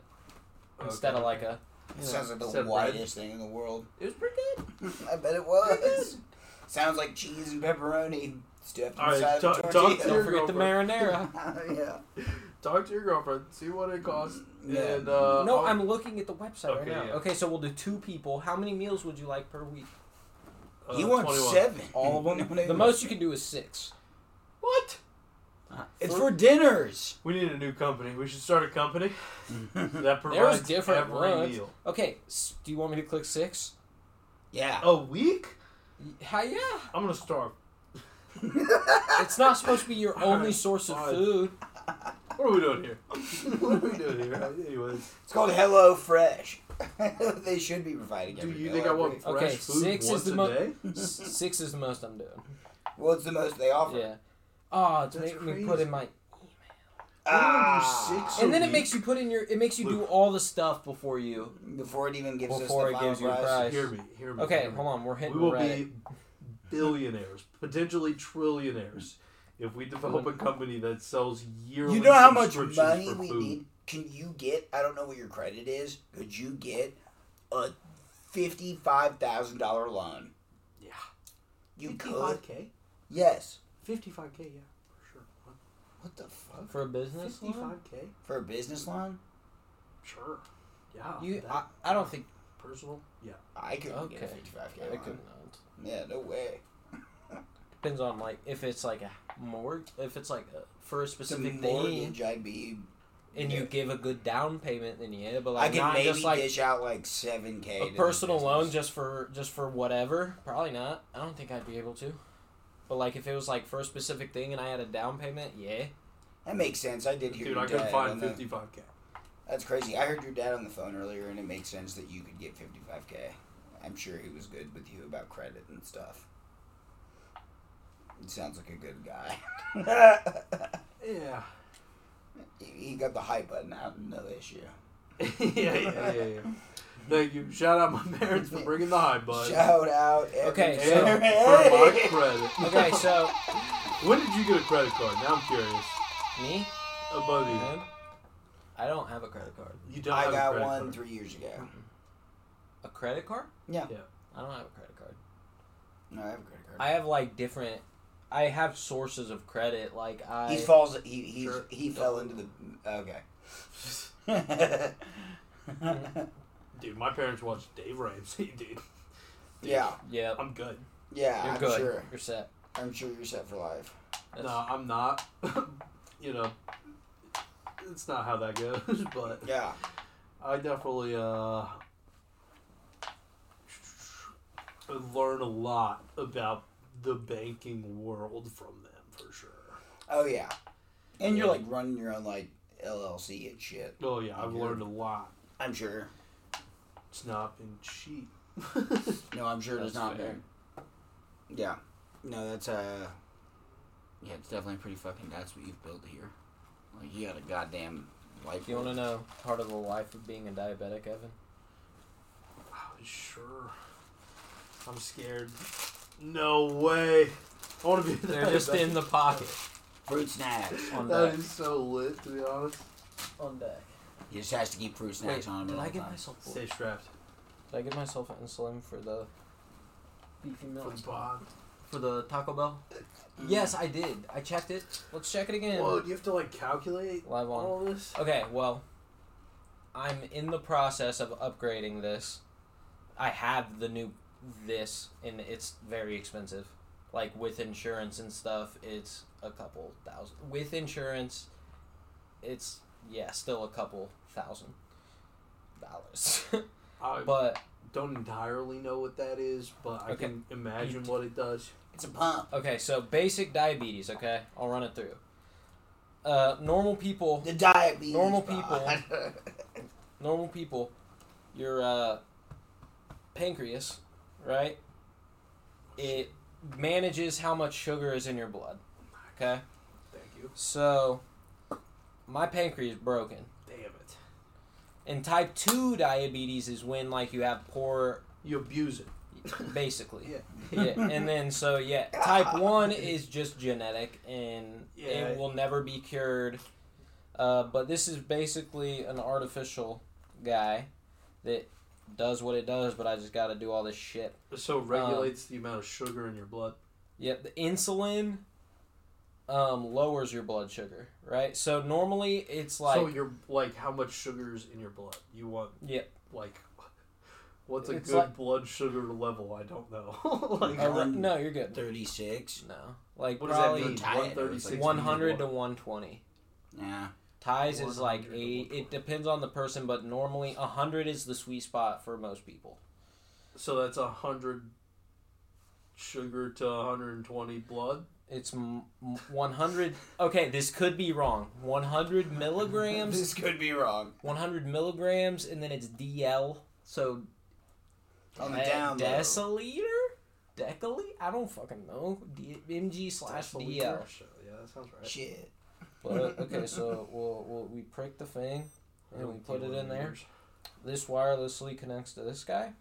Speaker 8: instead
Speaker 4: Okay.
Speaker 8: of like a.
Speaker 5: It sounds like the
Speaker 4: Said red.
Speaker 5: whitest thing in the world. [LAUGHS]
Speaker 8: It was pretty good.
Speaker 5: I bet it was. [LAUGHS] Sounds like cheese and pepperoni stuffed
Speaker 4: All right,
Speaker 5: inside of a
Speaker 4: talk- talk
Speaker 5: tortilla.
Speaker 4: to
Speaker 8: Don't
Speaker 4: Your
Speaker 8: forget the
Speaker 4: girlfriend.
Speaker 5: [LAUGHS]
Speaker 8: marinara.
Speaker 5: yeah.
Speaker 4: Talk to your girlfriend. See what it costs.
Speaker 5: [LAUGHS] Yeah.
Speaker 4: And, uh,
Speaker 8: no,
Speaker 4: I'll-
Speaker 8: I'm looking at the website right
Speaker 4: Okay,
Speaker 8: now.
Speaker 4: yeah.
Speaker 8: Okay, so we'll do two people. How many meals would you like per week?
Speaker 4: uh,
Speaker 5: you want
Speaker 4: 21.
Speaker 5: seven?
Speaker 8: All of them?
Speaker 5: [LAUGHS] No, no,
Speaker 8: The
Speaker 5: no.
Speaker 8: most you can do is six.
Speaker 4: What?
Speaker 5: It's for dinners.
Speaker 4: We need a new company. We should start a
Speaker 5: [LAUGHS]
Speaker 4: company that
Speaker 6: There was
Speaker 4: provides
Speaker 6: different
Speaker 4: every
Speaker 6: ones.
Speaker 4: meal.
Speaker 6: Okay, s- do you want me to click six?
Speaker 5: Yeah.
Speaker 4: A week?
Speaker 6: Y- Hi,
Speaker 8: [LAUGHS]
Speaker 6: yeah.
Speaker 4: I'm gonna starve.
Speaker 6: It's not supposed to be your only
Speaker 4: Alright,
Speaker 6: source of
Speaker 4: fine.
Speaker 6: food.
Speaker 4: What are we
Speaker 5: [LAUGHS]
Speaker 4: doing here? what are we doing here? Anyways,
Speaker 5: It's called Hello Fresh. [LAUGHS] they should be providing.
Speaker 4: do
Speaker 5: every
Speaker 4: you
Speaker 5: meal
Speaker 4: think I
Speaker 5: every-
Speaker 4: want fresh
Speaker 6: Okay,
Speaker 4: food
Speaker 6: six is
Speaker 4: once
Speaker 6: the
Speaker 4: a
Speaker 6: mo-
Speaker 4: day?
Speaker 6: S-
Speaker 4: [LAUGHS]
Speaker 6: Six is the most I'm doing.
Speaker 5: Well, it's the most they offer.
Speaker 6: Yeah. Oh, it's
Speaker 4: That's
Speaker 6: making me
Speaker 4: crazy.
Speaker 6: put in my
Speaker 5: Ah,
Speaker 4: What do you do six
Speaker 6: and then it
Speaker 4: week.
Speaker 6: makes you put in your. It makes you do all the stuff before you.
Speaker 5: before it even gives
Speaker 6: Before
Speaker 5: us
Speaker 6: it
Speaker 5: the final
Speaker 6: gives you a
Speaker 5: price.
Speaker 6: price.
Speaker 4: Hear me, hear me.
Speaker 6: Okay,
Speaker 4: hear me.
Speaker 6: hold on. We're hitting.
Speaker 4: We will
Speaker 6: right.
Speaker 4: be billionaires, potentially trillionaires, if we develop a company that sells yearly.
Speaker 5: You know how much
Speaker 4: subscriptions
Speaker 5: money
Speaker 4: for
Speaker 5: we
Speaker 4: food.
Speaker 5: need? Can you get? I don't know what your credit is. Could you get a fifty-five thousand dollar loan?
Speaker 4: Yeah.
Speaker 5: You could.
Speaker 4: 55k.
Speaker 5: Yes.
Speaker 4: 55k, yeah, for sure. What?
Speaker 5: What the fuck
Speaker 6: for a business. loan?
Speaker 4: 55k?
Speaker 5: for a business loan?
Speaker 4: Sure. Yeah.
Speaker 6: You,
Speaker 4: that
Speaker 6: I, I don't think.
Speaker 4: personal? Yeah.
Speaker 5: I couldn't get a
Speaker 6: Okay.
Speaker 5: fifty-five k
Speaker 6: I could
Speaker 5: loan.
Speaker 6: not.
Speaker 5: Yeah, no way.
Speaker 6: Depends on like if it's like a mortgage, if it's like a, for a
Speaker 5: It's a
Speaker 6: specific thing,
Speaker 5: mortgage. I'd be.
Speaker 6: and you give a good down payment, then yeah. But
Speaker 5: I
Speaker 6: like
Speaker 5: could
Speaker 6: not
Speaker 5: maybe
Speaker 6: just like
Speaker 5: dish out like seven k.
Speaker 6: a personal loan just for just for whatever. Probably not. I don't think I'd be able to. But like if it was like for a specific thing and I had a down payment, yeah.
Speaker 5: That makes sense. I did hear
Speaker 4: Dude,
Speaker 5: your
Speaker 4: I could
Speaker 5: dad on
Speaker 4: find
Speaker 5: the-
Speaker 4: 55k.
Speaker 5: That's crazy. I heard your dad on the phone earlier, and it makes sense that you could get 55K. I'm sure he was good with you about credit and stuff. He sounds like a good guy. [LAUGHS]
Speaker 4: Yeah.
Speaker 5: he he got the hype button out, no issue.
Speaker 4: [LAUGHS] yeah, yeah, yeah, yeah. Thank you. Shout out my [LAUGHS] parents for bringing the high bud.
Speaker 5: Shout out.
Speaker 6: Okay,
Speaker 5: every-
Speaker 6: so-
Speaker 4: And for my
Speaker 5: [LAUGHS]
Speaker 4: credit.
Speaker 6: Okay, so
Speaker 4: [LAUGHS] when did you get a credit card? Now I'm curious.
Speaker 6: me,
Speaker 4: Above you.
Speaker 6: man, I don't have a credit card.
Speaker 4: You don't
Speaker 5: I
Speaker 4: have a
Speaker 5: got
Speaker 4: credit
Speaker 5: one
Speaker 4: card.
Speaker 5: three years ago.
Speaker 6: A credit card?
Speaker 5: Yeah.
Speaker 4: Yeah.
Speaker 6: I don't have a credit card.
Speaker 5: No, I have a credit card.
Speaker 6: I have like different. I have sources of credit. Like I.
Speaker 5: he falls. He he's,
Speaker 4: Sure.
Speaker 5: he fell into the.
Speaker 4: [LAUGHS]
Speaker 5: Okay. [LAUGHS]
Speaker 4: Dude, my parents watched Dave Ramsey, [LAUGHS] dude.
Speaker 5: yeah.
Speaker 6: Yep.
Speaker 4: I'm good.
Speaker 5: Yeah.
Speaker 6: You're
Speaker 5: I'm
Speaker 6: good.
Speaker 5: sure.
Speaker 6: You're set.
Speaker 5: I'm sure you're set for life.
Speaker 6: That's-
Speaker 4: No, I'm not. [LAUGHS] you know, it's not how that goes, [LAUGHS] but
Speaker 5: Yeah.
Speaker 4: I definitely uh, learn a lot about the banking world from them for sure.
Speaker 5: Oh yeah, and you're
Speaker 4: Yeah.
Speaker 5: like running your own like LLC and shit.
Speaker 4: Oh yeah, I've
Speaker 5: Yeah.
Speaker 4: learned a lot.
Speaker 5: I'm sure.
Speaker 4: It's not been cheap. [LAUGHS] Oh,
Speaker 5: No, I'm sure it's
Speaker 4: That's
Speaker 5: not
Speaker 4: fair.
Speaker 5: bad. Yeah, no, that's uh, yeah, it's definitely pretty fucking. That's what you've built here. Like you got a goddamn life.
Speaker 6: Do you want to know part of the life of being a diabetic, Evan?
Speaker 4: sure. I'm scared. No way. I want to
Speaker 6: [LAUGHS]
Speaker 4: be.
Speaker 6: They're just in the pocket.
Speaker 5: fruit snacks?
Speaker 6: On
Speaker 4: That
Speaker 6: deck.
Speaker 4: is so lit, to be honest.
Speaker 6: On deck.
Speaker 5: He just has to keep fruit snacks
Speaker 6: Wait,
Speaker 5: on him.
Speaker 6: did
Speaker 5: at
Speaker 6: I
Speaker 5: all
Speaker 6: get
Speaker 5: times.
Speaker 6: myself?
Speaker 4: Stay strapped
Speaker 6: Did I get myself insulin for the beefy
Speaker 4: for
Speaker 6: milk
Speaker 4: the pod.
Speaker 6: for the Taco Bell? Yes, I did. I checked it. Let's check it again.
Speaker 4: Whoa, do you have to like calculate
Speaker 6: Live on.
Speaker 4: all this?
Speaker 6: Okay, well, I'm in the process of upgrading this. I have the new this, and it's very expensive. Like with insurance and stuff, it's a couple thousand. With insurance, it's yeah, still a couple thousand dollars. [LAUGHS]
Speaker 4: I
Speaker 6: but
Speaker 4: don't entirely know what that is, but I
Speaker 6: Okay.
Speaker 4: can imagine what it does.
Speaker 5: It's a pump.
Speaker 6: okay, so basic diabetes. Okay, I'll run it through. Uh, normal people
Speaker 5: The diabetes.
Speaker 6: Normal
Speaker 5: pod. [LAUGHS]
Speaker 6: normal people, your uh, pancreas, right? It manages how much sugar is in your blood. Okay,
Speaker 4: Thank you.
Speaker 6: so my pancreas broken,
Speaker 4: Damn it.
Speaker 6: and type two diabetes is when like you have poor,
Speaker 4: You abuse it.
Speaker 6: basically.
Speaker 4: Yeah.
Speaker 6: [LAUGHS] yeah, and
Speaker 4: [LAUGHS]
Speaker 6: then so yeah, type one is just genetic and
Speaker 4: Yeah.
Speaker 6: it will never be cured. Uh, but this is basically an artificial guy that does what it does, but I just got to do all this shit.
Speaker 4: So it regulates the amount of sugar in your blood.
Speaker 6: Yeah, the insulin um, lowers your blood sugar, right? So normally it's like
Speaker 4: so you're like [LAUGHS] how much sugar is in your blood? You want
Speaker 6: Yeah.
Speaker 4: like What's a
Speaker 6: It's
Speaker 4: good
Speaker 6: like-
Speaker 4: blood sugar level? I don't know. [LAUGHS] like,
Speaker 6: Or, no, you're good.
Speaker 5: Thirty six.
Speaker 6: No, like
Speaker 4: what does that
Speaker 6: probably
Speaker 4: mean?
Speaker 5: Diet.
Speaker 4: One thirty six.
Speaker 6: 100 to 120.
Speaker 5: Yeah.
Speaker 6: Ties is like
Speaker 4: 100 to
Speaker 6: eight.
Speaker 4: 120.
Speaker 6: It depends on the person, but normally 100 is the sweet spot for most people.
Speaker 4: So that's a hundred sugar to hundred and twenty blood.
Speaker 6: It's m- m- 100. Okay, this could be wrong. 100 milligrams.
Speaker 5: [LAUGHS] This could be wrong.
Speaker 6: 100 milligrams, and then it's DL. So
Speaker 5: On the
Speaker 6: de-
Speaker 5: down low.
Speaker 6: deciliter, decali. I don't fucking know. D- MG slash DL.
Speaker 4: Yeah, that sounds right.
Speaker 5: Shit.
Speaker 6: But okay, so we'll, we'll we prick the thing, and we put it in there. This wirelessly connects to this guy.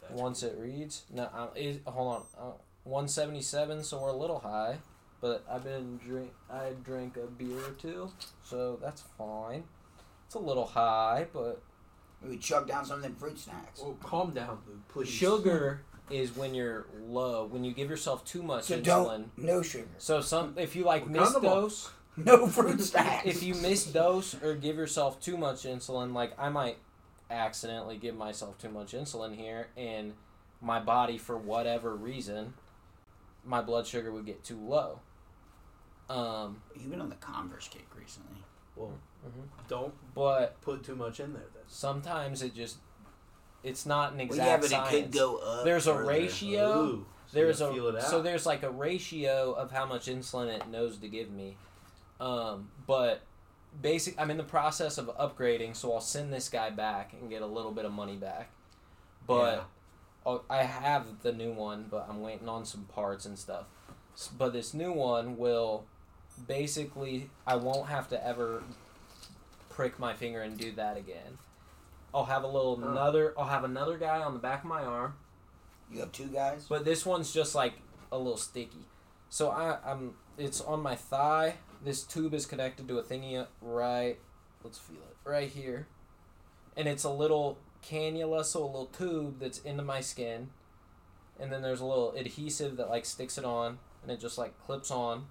Speaker 4: That's
Speaker 6: Once it reads, no, I'm, is, hold on, uh, one seventy seven. So we're a little high, but I've been drink. I drank a beer or two, so that's fine. It's a little high, but
Speaker 5: We chug down some of them fruit snacks.
Speaker 4: Well, calm down, Luke. Please.
Speaker 6: sugar is when you're low, when you give yourself too much
Speaker 5: So
Speaker 6: insulin.
Speaker 5: don't no sugar,
Speaker 6: So some if you like
Speaker 4: Well,
Speaker 6: miss
Speaker 4: Gundam-
Speaker 6: dose,
Speaker 5: [LAUGHS] no fruit snacks.
Speaker 6: if you miss dose or give yourself too much insulin, like I might accidentally give myself too much insulin here, and my body, for whatever reason, my blood sugar would get too low. Um,
Speaker 5: you've been on the Converse kick recently.
Speaker 4: Well, don't
Speaker 6: but
Speaker 4: put too much in there. Then.
Speaker 6: sometimes it just it's not an
Speaker 5: Well,
Speaker 6: exact
Speaker 5: yeah, but
Speaker 6: science.
Speaker 5: it could go up.
Speaker 6: There's a
Speaker 5: further.
Speaker 6: ratio.
Speaker 4: Ooh, so
Speaker 6: there's
Speaker 4: you feel it
Speaker 6: uh, a
Speaker 4: out.
Speaker 6: so there's like a ratio of how much insulin it knows to give me um, but basic i'm in the process of upgrading so i'll send this guy back and get a little bit of money back but I'll- i have the new one but i'm waiting on some parts and stuff S- but this new one will basically i won't have to ever prick my finger and do that again i'll have a little
Speaker 4: Huh.
Speaker 6: another i'll have another guy on the back of my arm
Speaker 5: You have two guys.
Speaker 6: but this one's just like a little sticky. So I, I'm it's on my thigh. This tube is connected to a thingy uh, right let's feel it. Right here. And it's a little cannula, so a little tube that's into my skin. And then there's a little adhesive that like sticks it on and it just like clips on.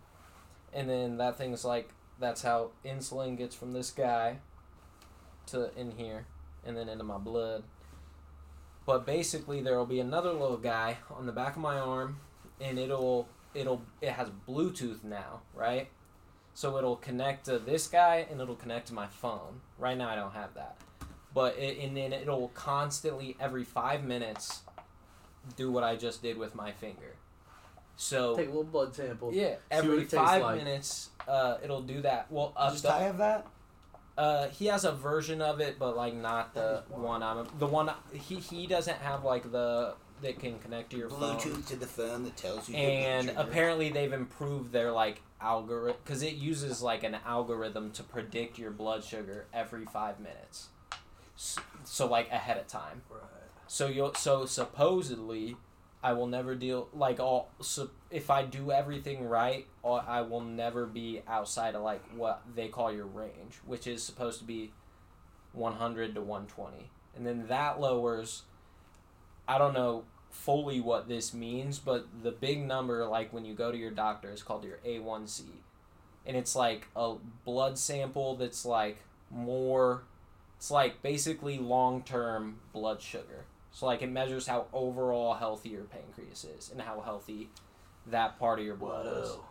Speaker 6: And then that thing's like that's how insulin gets from this guy to in here and then into my blood. But basically, there will be another little guy on the back of my arm, and it'll it'll it has Bluetooth now, right? So it'll connect to this guy, and it'll connect to my phone. Right now, I don't have that, but it, and then it'll constantly every five minutes do what I just did with my finger. So
Speaker 4: take a little blood sample.
Speaker 6: yeah,
Speaker 4: See what it
Speaker 6: every
Speaker 4: tastes
Speaker 6: five
Speaker 4: like.
Speaker 6: minutes, uh, it'll do that. Well, uh,
Speaker 5: Just
Speaker 6: the-
Speaker 5: I have that.
Speaker 6: uh, he has a version of it, but like not the one I'm. The one he he doesn't have like the that can connect to your phone.
Speaker 5: Bluetooth to the phone that tells you. your
Speaker 6: And
Speaker 5: blood sugar.
Speaker 6: apparently they've improved their like algorithm because it uses like an algorithm to predict your blood sugar every five minutes, so, so like ahead of time.
Speaker 4: Right.
Speaker 6: So you'll so supposedly, I will never deal like all. So if I do everything right, all, I will never be outside of like what they call your range, which is supposed to be, one hundred to one twenty, and then that lowers. I don't know fully what this means, but the big number like when you go to your doctor is called your A one C, and it's like a blood sample that's like more it's like basically long term blood sugar. So like it measures how overall healthy your pancreas is and how healthy that part of your blood is.
Speaker 4: Whoa.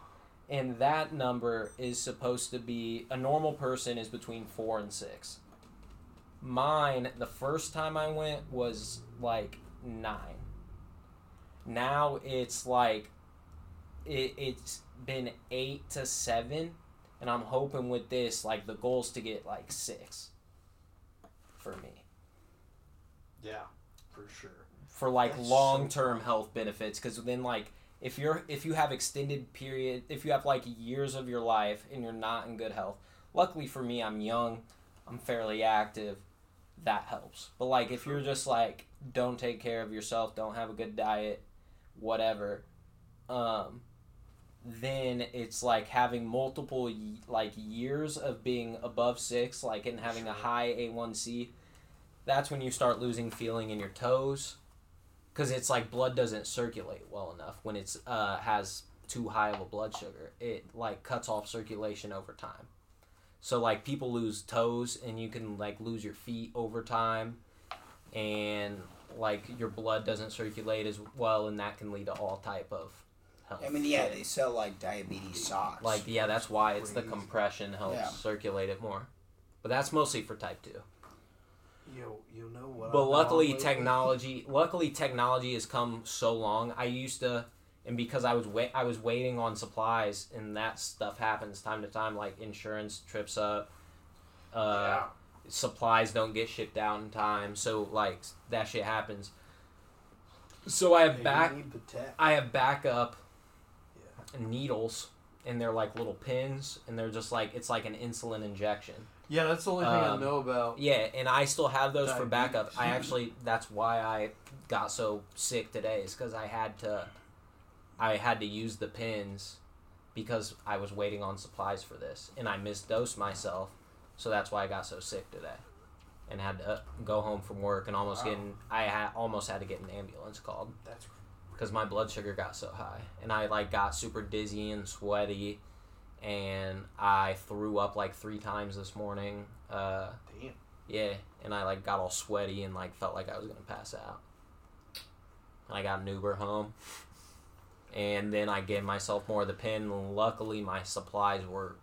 Speaker 6: And that number is supposed to be a normal person is between four and six. Mine, the first time I went was like nine. Now it's like it, it's been eight to seven, and I'm hoping with this like the goal's to get like six for me.
Speaker 4: Yeah, for sure.
Speaker 6: for like
Speaker 4: That's so-
Speaker 6: long term health benefits because then like if you're if you have extended period if you have like years of your life and you're not in good health luckily for me i'm young i'm fairly active that helps but like if you're just like don't take care of yourself don't have a good diet whatever um then it's like having multiple y- like years of being above six like and having a high a1c that's when you start losing feeling in your toes because it's like blood doesn't circulate well enough when it's uh, has too high of a blood sugar it like cuts off circulation over time so like people lose toes and you can like lose your feet over time and like your blood doesn't circulate as well, and that can lead to all type of health.
Speaker 5: I mean, yeah,
Speaker 6: shit.
Speaker 5: they sell like diabetes socks.
Speaker 6: like yeah, that's why it's the
Speaker 4: Crazy.
Speaker 6: compression helps
Speaker 5: Yeah.
Speaker 6: circulate it more, but that's mostly for type two.
Speaker 4: Yo, you know what?
Speaker 6: But
Speaker 4: I've
Speaker 6: luckily,
Speaker 4: done lately?
Speaker 6: technology. Luckily, technology has come so long. I used to, and because I was wait, I was waiting on supplies, and that stuff happens time to time. Like insurance trips up, uh, supplies don't get shipped out in time, so like that shit happens. So I
Speaker 4: Hey,
Speaker 6: have
Speaker 4: you
Speaker 6: back,
Speaker 4: need the tech.
Speaker 6: I have backup
Speaker 4: Yeah.
Speaker 6: needles, and they're like little pins, and they're just like it's like an insulin injection.
Speaker 4: Yeah, that's the only thing
Speaker 6: Um,
Speaker 4: I know about.
Speaker 6: Yeah, and I still have those for
Speaker 4: Diabetes.
Speaker 6: backup. I actually that's why I got so sick today is cuz I had to I had to use the pins because I was waiting on supplies for this and I misdosed myself. So that's why I got so sick today and had to uh, go home from work and almost
Speaker 5: Wow.
Speaker 6: getting I ha- almost had to get an ambulance called
Speaker 4: That's
Speaker 6: because my blood sugar got so high and i like got super dizzy and sweaty and i threw up like three times this morning uh
Speaker 4: Damn.
Speaker 6: yeah and i like got all sweaty and like felt like i was gonna pass out and i got an uber home and then i gave myself more of the pin luckily my supplies were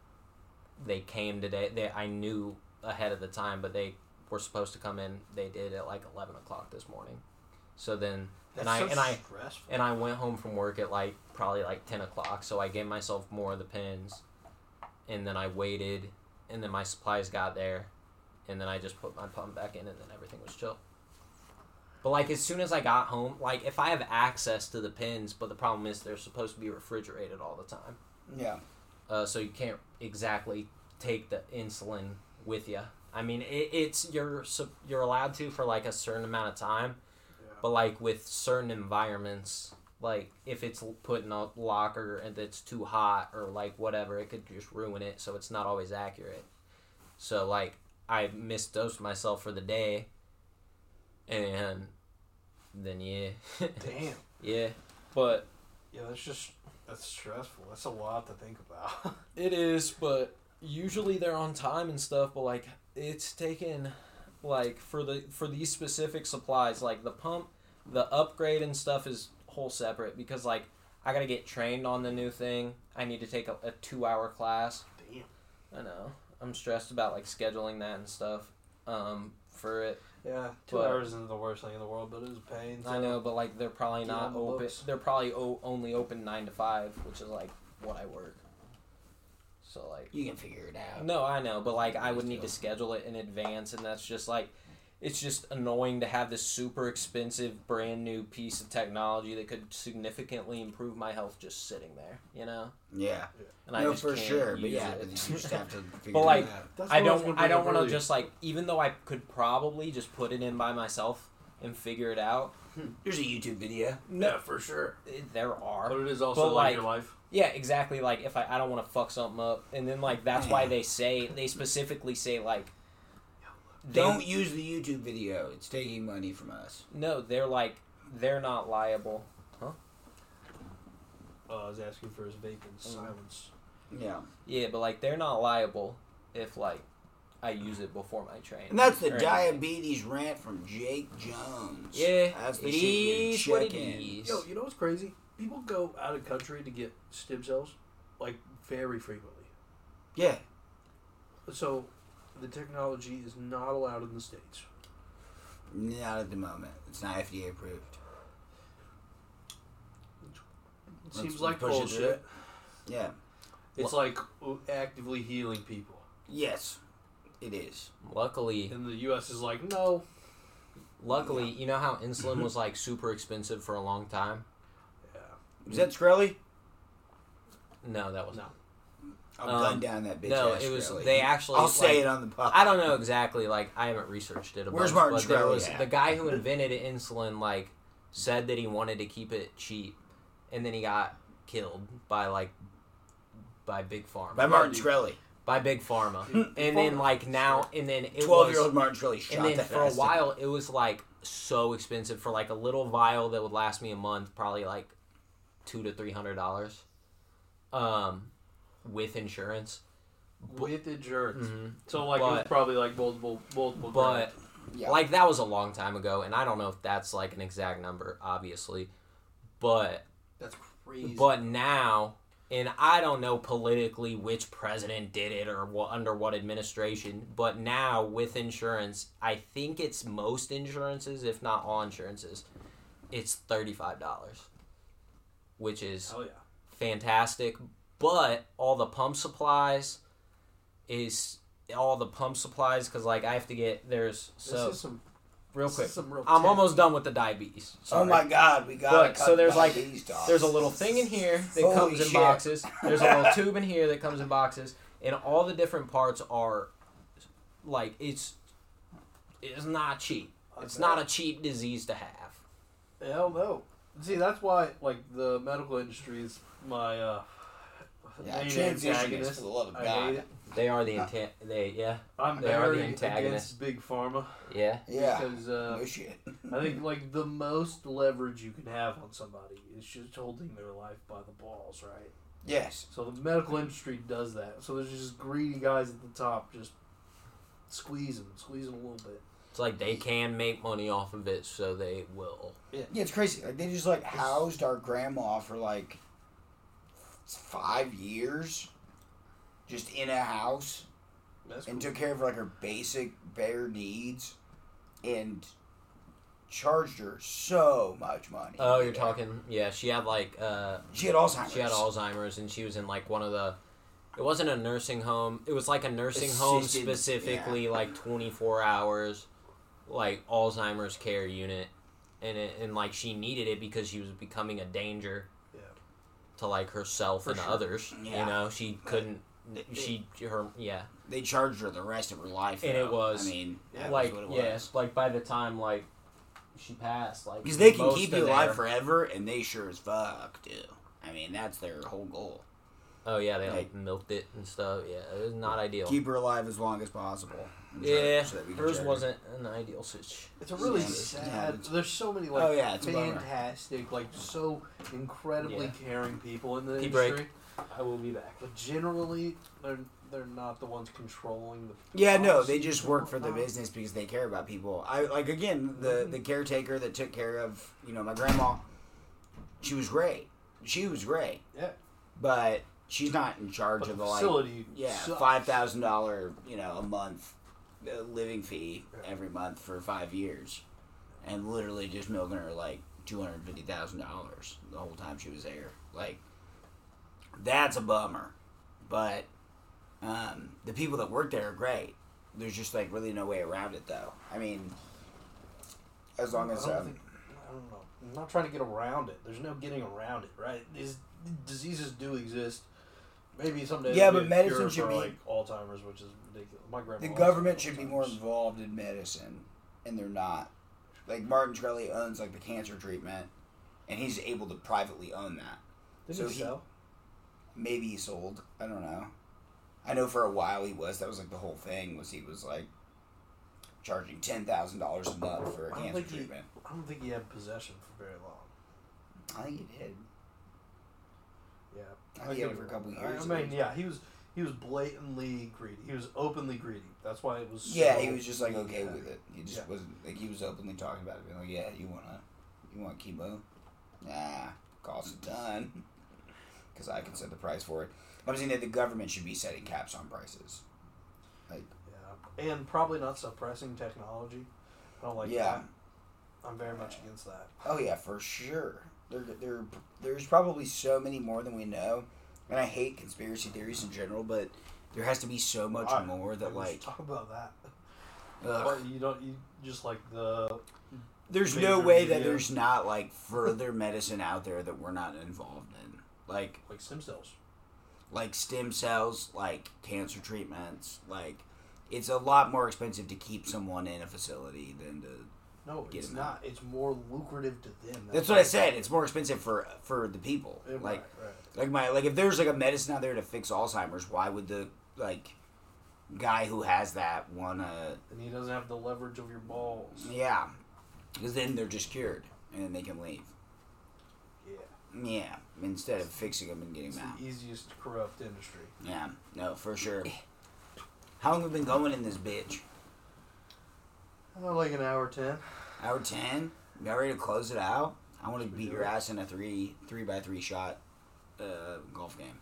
Speaker 6: they came today they i knew ahead of the time but they were supposed to come in they did at like 11 o'clock this morning so then
Speaker 4: that's
Speaker 6: and i
Speaker 4: so
Speaker 6: and i
Speaker 4: stressful.
Speaker 6: and I went home from work at like probably like ten o'clock. So I gave myself more of the pins, and then I waited, and then my supplies got there, and then I just put my pump back in, and then everything was chill. But like as soon as I got home, like if I have access to the pins, but the problem is they're supposed to be refrigerated all the time,
Speaker 5: yeah,
Speaker 6: uh, so you can't exactly take the insulin with you. I mean, it, it's you're sup- you're allowed to for like a certain amount of time, but like with certain environments like if it's l- put in a locker and it's too hot or like whatever it could just ruin it so it's not always accurate so like i misdosed myself for the day and then yeah [LAUGHS]
Speaker 4: Damn.
Speaker 6: yeah
Speaker 10: But
Speaker 4: Yeah, that's just that's stressful. That's a lot to think about. [LAUGHS]
Speaker 10: it is, but usually they're on time and stuff, but like it's taken like for the for these specific supplies, like the pump, the upgrade and stuff is whole separate because like I gotta get trained on the new thing. I need to take a, a two hour class.
Speaker 4: Damn.
Speaker 10: I know. I'm stressed about like scheduling that and stuff. Um for it.
Speaker 4: Yeah, two
Speaker 10: But-
Speaker 4: hours isn't the worst thing in the world, but it is a pain.
Speaker 10: I know, but like they're probably
Speaker 4: Get on
Speaker 10: not
Speaker 4: the
Speaker 10: open.
Speaker 4: books.
Speaker 10: They're probably o- only open nine to five, which is like what I work. So like,
Speaker 5: you can figure it out.
Speaker 10: no, I know, but like I would need to schedule it in advance, and that's just like, it's just annoying to have this super expensive brand new piece of technology that could significantly improve my health just sitting there, you know.
Speaker 5: Yeah,
Speaker 10: And
Speaker 5: no, for sure. But
Speaker 10: use
Speaker 5: yeah,
Speaker 10: it.
Speaker 5: but you just
Speaker 10: [LAUGHS]
Speaker 6: [LAUGHS]
Speaker 5: have to figure
Speaker 10: But,
Speaker 5: it
Speaker 10: like,
Speaker 5: out.
Speaker 4: That's
Speaker 10: I
Speaker 4: what was
Speaker 10: don't.
Speaker 4: gonna
Speaker 10: I
Speaker 4: bring
Speaker 10: don't
Speaker 4: up
Speaker 10: want to
Speaker 4: earlier.
Speaker 10: just like, even though I could probably just put it in by myself and figure it out.
Speaker 5: There's a YouTube video.
Speaker 4: Yeah, for sure.
Speaker 10: it- There are.
Speaker 4: But it is also
Speaker 10: But,
Speaker 4: like your
Speaker 10: like,
Speaker 4: life.
Speaker 10: Yeah, exactly. Like if I, I don't want to fuck something up, and then like that's why they say they specifically say like they,
Speaker 5: Don't use the YouTube video. It's taking money from us.
Speaker 10: no they're like they're not liable.
Speaker 4: Uh, I was asking for his vacant silence.
Speaker 5: Yeah,
Speaker 10: Yeah, but like they're not liable if like I use it before my training.
Speaker 5: and that's the
Speaker 10: or anything.
Speaker 5: diabetes rant from Jake Jones.
Speaker 6: yeah
Speaker 5: that's the
Speaker 6: it
Speaker 5: shit you
Speaker 6: is what
Speaker 5: check
Speaker 6: it
Speaker 5: in.
Speaker 6: is.
Speaker 4: Yo, you know what's crazy? People go out of country to get stem cells, like very frequently.
Speaker 5: Yeah,
Speaker 4: So, the technology is not allowed in the states.
Speaker 5: not at the moment. It's not FDA approved.
Speaker 4: It
Speaker 5: Let's-
Speaker 4: seems
Speaker 5: let's
Speaker 4: like
Speaker 5: push it through
Speaker 4: bullshit.
Speaker 5: it. Yeah.
Speaker 4: It's like o- actively healing people,
Speaker 5: Yes, it is.
Speaker 6: luckily
Speaker 4: and the U.S. is like, no.
Speaker 6: luckily you know how insulin was like super expensive for a long time
Speaker 4: Yeah.
Speaker 6: Mm.
Speaker 5: Is that Scully?
Speaker 6: no that was
Speaker 4: No.
Speaker 6: not
Speaker 5: I'm
Speaker 6: Um,
Speaker 5: gun down that bitch.
Speaker 6: no
Speaker 5: ass
Speaker 6: it was
Speaker 5: Shkreli.
Speaker 6: they actually
Speaker 5: I'll say
Speaker 6: like-
Speaker 5: it on the podcast.
Speaker 6: I don't know exactly. Like I haven't researched it. A
Speaker 5: Where's
Speaker 6: bunch,
Speaker 5: Martin
Speaker 6: but there
Speaker 5: Shkreli
Speaker 6: was
Speaker 5: at?
Speaker 6: the guy who invented insulin. Like said that he wanted to keep it cheap, and then he got killed by like by big pharma.
Speaker 5: By Martin Shkrelly.
Speaker 6: By big pharma, [CLEARS THROAT] and then like now and then it was
Speaker 5: Twelve-year-old Martin Shkrelly shot
Speaker 6: and then
Speaker 5: that
Speaker 6: for a
Speaker 5: bastard.
Speaker 6: while it was like so expensive for like a little vial that would last me a month probably like two to three hundred dollars um with insurance
Speaker 4: with insurance. So like it was
Speaker 6: Mm-hmm. But-
Speaker 4: probably like multiple multiple.
Speaker 6: but
Speaker 4: grams.
Speaker 5: Yeah.
Speaker 6: Like that was a long time ago, and I don't know if that's like an exact number, obviously, but
Speaker 4: That's crazy.
Speaker 6: but now, and I don't know politically which president did it or what, under what administration, but now with insurance, I think it's most insurances, if not all insurances, it's thirty five dollars, which is
Speaker 4: Hell yeah.
Speaker 6: fantastic. But all the pump supplies is all the pump supplies because like I have to get there's so
Speaker 4: this is some
Speaker 6: real
Speaker 4: this
Speaker 6: quick.
Speaker 4: is some real
Speaker 6: I'm
Speaker 4: tech.
Speaker 6: almost done with the diabetes.
Speaker 5: Oh
Speaker 6: Sorry.
Speaker 5: my God, we got.
Speaker 6: Look, so there's like there's a little thing in here that
Speaker 5: Holy
Speaker 6: comes in
Speaker 5: shit.
Speaker 6: boxes. There's a
Speaker 5: [LAUGHS]
Speaker 6: little tube in here that comes in boxes, and all the different parts are like it's it's not cheap.
Speaker 4: I
Speaker 6: It's
Speaker 4: bet.
Speaker 6: not a cheap disease to have.
Speaker 4: Hell no. See, that's why like the medical industry is my uh,
Speaker 5: Yeah,
Speaker 4: main
Speaker 5: transition is
Speaker 4: antagonist.
Speaker 5: for the love of
Speaker 4: I
Speaker 5: God.
Speaker 4: hate it.
Speaker 6: They are
Speaker 5: Uh.
Speaker 6: the intent. They yeah
Speaker 4: I'm
Speaker 6: They are the
Speaker 4: very
Speaker 6: antagonists.
Speaker 4: against big pharma
Speaker 6: yeah.
Speaker 5: Yeah.
Speaker 4: because uh,
Speaker 5: No shit.
Speaker 4: I think like the most leverage you can have on somebody is just holding their life by the balls, right?
Speaker 5: Yes.
Speaker 4: So the medical industry does that. So there's just greedy guys at the top just squeeze them, squeeze them a little bit.
Speaker 6: It's like they can make money off of it, so they will.
Speaker 5: Yeah, it's crazy. Like they just like housed our grandma for like five years, just in a house,
Speaker 4: That's
Speaker 5: and took care of like her basic bare needs, and charged her so much money.
Speaker 6: Oh, you're talking. Yeah, she had like uh,
Speaker 5: She had Alzheimer's.
Speaker 6: she had Alzheimer's, and she was in like one of the. It wasn't a nursing home. It was like a nursing home
Speaker 5: Assisted-
Speaker 6: specifically, like 24 hours, like Alzheimer's care unit, and it, and like she needed it because she was becoming a danger.
Speaker 4: Yeah.
Speaker 6: To like herself and others,
Speaker 5: Yeah.
Speaker 6: you know, she couldn't. She her yeah.
Speaker 5: They charged her the rest of her life.
Speaker 6: And it
Speaker 5: though.
Speaker 6: was,
Speaker 5: I mean, that
Speaker 6: like
Speaker 5: was what it was.
Speaker 6: yes, like by the time like she passed, like
Speaker 5: Because they can
Speaker 6: most
Speaker 5: keep
Speaker 6: of
Speaker 5: you alive
Speaker 6: their-
Speaker 5: forever, and they sure as fuck do. I mean, that's their whole goal.
Speaker 6: Oh yeah, they like
Speaker 5: Like-
Speaker 6: milked it and stuff. Yeah, it was not ideal.
Speaker 5: Keep her alive as long as possible. and try-
Speaker 6: yeah,
Speaker 5: so that we can
Speaker 6: hers
Speaker 5: judge her.
Speaker 6: wasn't an ideal situation.
Speaker 4: It's a really
Speaker 5: Yeah, it's- yeah,
Speaker 4: sad.
Speaker 5: it's-
Speaker 4: there's so many like
Speaker 5: Oh, yeah, it's a bummer.
Speaker 4: fantastic, like so incredibly
Speaker 6: Yeah.
Speaker 4: caring people in the
Speaker 6: Pee break.
Speaker 4: industry,
Speaker 6: I will be back.
Speaker 4: but generally they're they're not the ones controlling the.
Speaker 5: Yeah, no,
Speaker 4: policies
Speaker 5: they just
Speaker 4: and
Speaker 5: work for the
Speaker 4: whatnot.
Speaker 5: business because they care about people. I like again the the caretaker that took care of you know my grandma. She was great. She was great,
Speaker 4: Yeah,
Speaker 5: but she's not in charge
Speaker 4: but the
Speaker 5: of the like
Speaker 4: facility.
Speaker 5: yeah
Speaker 4: sucks.
Speaker 5: five thousand dollar you know a month uh, living fee every month for five years, and literally just milking her like two hundred fifty thousand dollars the whole time she was there. Like that's a bummer, but um, the people that work there are great. There's just like really no way around it though. I mean, as long as
Speaker 4: I don't,
Speaker 5: um,
Speaker 4: think- I don't know. I'm not trying to get around it. There's no getting around it, right? These diseases do exist. Maybe someday.
Speaker 5: Yeah,
Speaker 4: there'll
Speaker 5: but
Speaker 4: be a cure
Speaker 5: medicine should
Speaker 4: for,
Speaker 5: be-
Speaker 4: like Alzheimer's, which is ridiculous. My grandma.
Speaker 5: the
Speaker 4: also
Speaker 5: government
Speaker 4: had
Speaker 5: should be more
Speaker 4: Alzheimer's.
Speaker 5: involved in medicine, and they're not. Like Martin Shkreli owns like the cancer treatment, and he's able to privately own that.
Speaker 4: Didn't
Speaker 5: so
Speaker 4: he
Speaker 5: he-
Speaker 4: sell?
Speaker 5: Maybe he sold. I don't know. I know for a while he was. That was like the whole thing was he was like charging ten thousand dollars a month
Speaker 4: I
Speaker 5: for a
Speaker 4: don't
Speaker 5: cancer
Speaker 4: think he-
Speaker 5: treatment.
Speaker 4: I don't think he had possession for very long.
Speaker 5: I think he did.
Speaker 4: Yeah.
Speaker 5: I think he had it for a couple
Speaker 4: I-
Speaker 5: years.
Speaker 4: I mean, yeah, he was he was blatantly greedy. He was openly greedy. That's why it was. So,
Speaker 5: Yeah, he was just like okay
Speaker 4: Yeah.
Speaker 5: with it. He just
Speaker 4: Yeah.
Speaker 5: wasn't like he was openly talking about it, being like, "Yeah, you wanna, you want chemo? Nah, costs a ton, [LAUGHS] because I can set the price for it." I'm saying that the government should be setting caps on prices. Like,
Speaker 4: Yeah, and probably not suppressing technology. I don't like
Speaker 5: yeah,
Speaker 4: that. I'm very much against that.
Speaker 5: oh yeah, for sure. There, there, there's probably so many more than we know, and I hate conspiracy theories in general, but there has to be so much
Speaker 4: Why?
Speaker 5: more that
Speaker 4: Let's [LAUGHS]
Speaker 5: like,
Speaker 4: talk about that.
Speaker 5: ugh.
Speaker 4: But you don't. You just like the.
Speaker 5: there's no
Speaker 4: major
Speaker 5: way that
Speaker 4: media.
Speaker 5: there's not like further medicine out there that we're not involved in. Like.
Speaker 4: Like stem cells.
Speaker 5: like stem cells, like cancer treatments, like it's a lot more expensive to keep someone in a facility than to.
Speaker 4: No,
Speaker 5: Get
Speaker 4: it's
Speaker 5: them out.
Speaker 4: not. It's more lucrative to them.
Speaker 5: That's what I said. It's more expensive for for the people.
Speaker 4: Yeah,
Speaker 5: Like
Speaker 4: right, right.
Speaker 5: like my like if there's like a medicine out there to fix Alzheimer's, why would the like guy who has that wanna?
Speaker 4: and he doesn't have the leverage of your balls.
Speaker 5: Yeah, because then they're just cured and then they can leave.
Speaker 4: Yeah,
Speaker 5: Yeah, instead of fixing them and getting
Speaker 4: it's
Speaker 5: them out.
Speaker 4: the easiest to corrupt industry.
Speaker 5: Yeah, no, for sure. How long have we been going in this bitch?
Speaker 4: Oh, like an hour ten.
Speaker 5: Hour ten. Y'all ready to close it out? I want to beat your ass in a three three by three shot uh, golf game.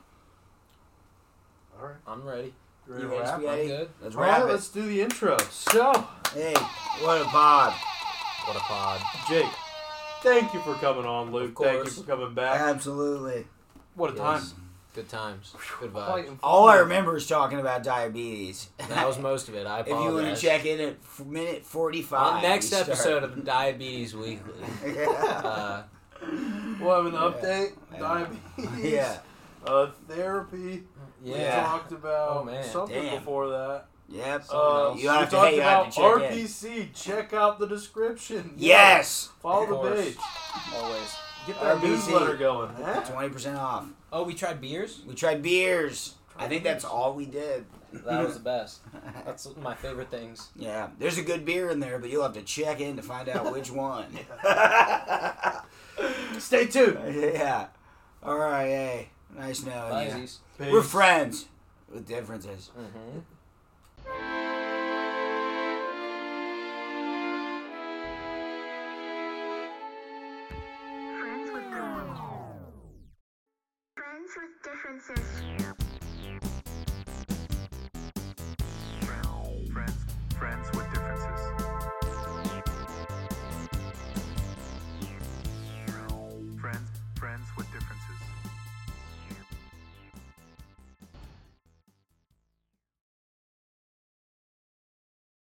Speaker 4: All right.
Speaker 6: I'm ready.
Speaker 4: You
Speaker 5: You
Speaker 4: ready to
Speaker 5: ready,
Speaker 4: wrap?
Speaker 5: Spaghetti?
Speaker 6: good.
Speaker 5: Let's
Speaker 4: All
Speaker 5: wrap
Speaker 4: right,
Speaker 5: it.
Speaker 4: let's do the intro. So,
Speaker 5: Hey, what a pod.
Speaker 2: What a pod.
Speaker 4: Jake, thank you for coming on, Luke. Thank you
Speaker 2: course.
Speaker 4: for coming back.
Speaker 5: Absolutely.
Speaker 4: what a
Speaker 2: Yes.
Speaker 4: time.
Speaker 2: Good times. Good vibes.
Speaker 4: Fighting
Speaker 5: All I
Speaker 4: fire.
Speaker 5: remember is talking about diabetes.
Speaker 2: That was most of it. I
Speaker 5: [LAUGHS] if you
Speaker 2: apologize.
Speaker 5: want to check in at f- minute forty-five.
Speaker 2: On next
Speaker 5: we start.
Speaker 2: episode
Speaker 5: [LAUGHS]
Speaker 2: of Diabetes Weekly, uh,
Speaker 4: We'll have an
Speaker 5: Yeah.
Speaker 4: update.
Speaker 5: Yeah.
Speaker 4: Diabetes.
Speaker 5: [LAUGHS] yeah,
Speaker 4: Uh, therapy. We
Speaker 6: Yeah.
Speaker 5: Yeah.
Speaker 4: talked about
Speaker 6: Oh, man.
Speaker 4: something
Speaker 5: Damn.
Speaker 4: before that.
Speaker 5: yep.
Speaker 4: Uh,
Speaker 5: you have
Speaker 4: we
Speaker 5: to,
Speaker 4: talked
Speaker 5: hey, you
Speaker 4: about
Speaker 5: have to check in.
Speaker 4: RPC. Check out the description.
Speaker 5: Yes,
Speaker 6: Of
Speaker 4: Follow the
Speaker 6: course.
Speaker 4: page.
Speaker 6: Always.
Speaker 4: Get that
Speaker 5: RPC.
Speaker 4: newsletter going. huh?
Speaker 5: twenty percent off.
Speaker 6: Oh, we tried beers.
Speaker 5: We tried beers. I think that's all we did.
Speaker 6: That was the best. That's one of my favorite things.
Speaker 5: Yeah, there's a good beer in there, but you'll have to check in to find out which one.
Speaker 4: Stay tuned.
Speaker 5: [LAUGHS] yeah. All right, hey, nice knowing you.
Speaker 6: Buzzies.
Speaker 5: We're friends with differences.
Speaker 6: Mm-hmm.
Speaker 3: Friends with differences. Friends with differences.
Speaker 7: Friends, friends with differences. Friends, friends with differences.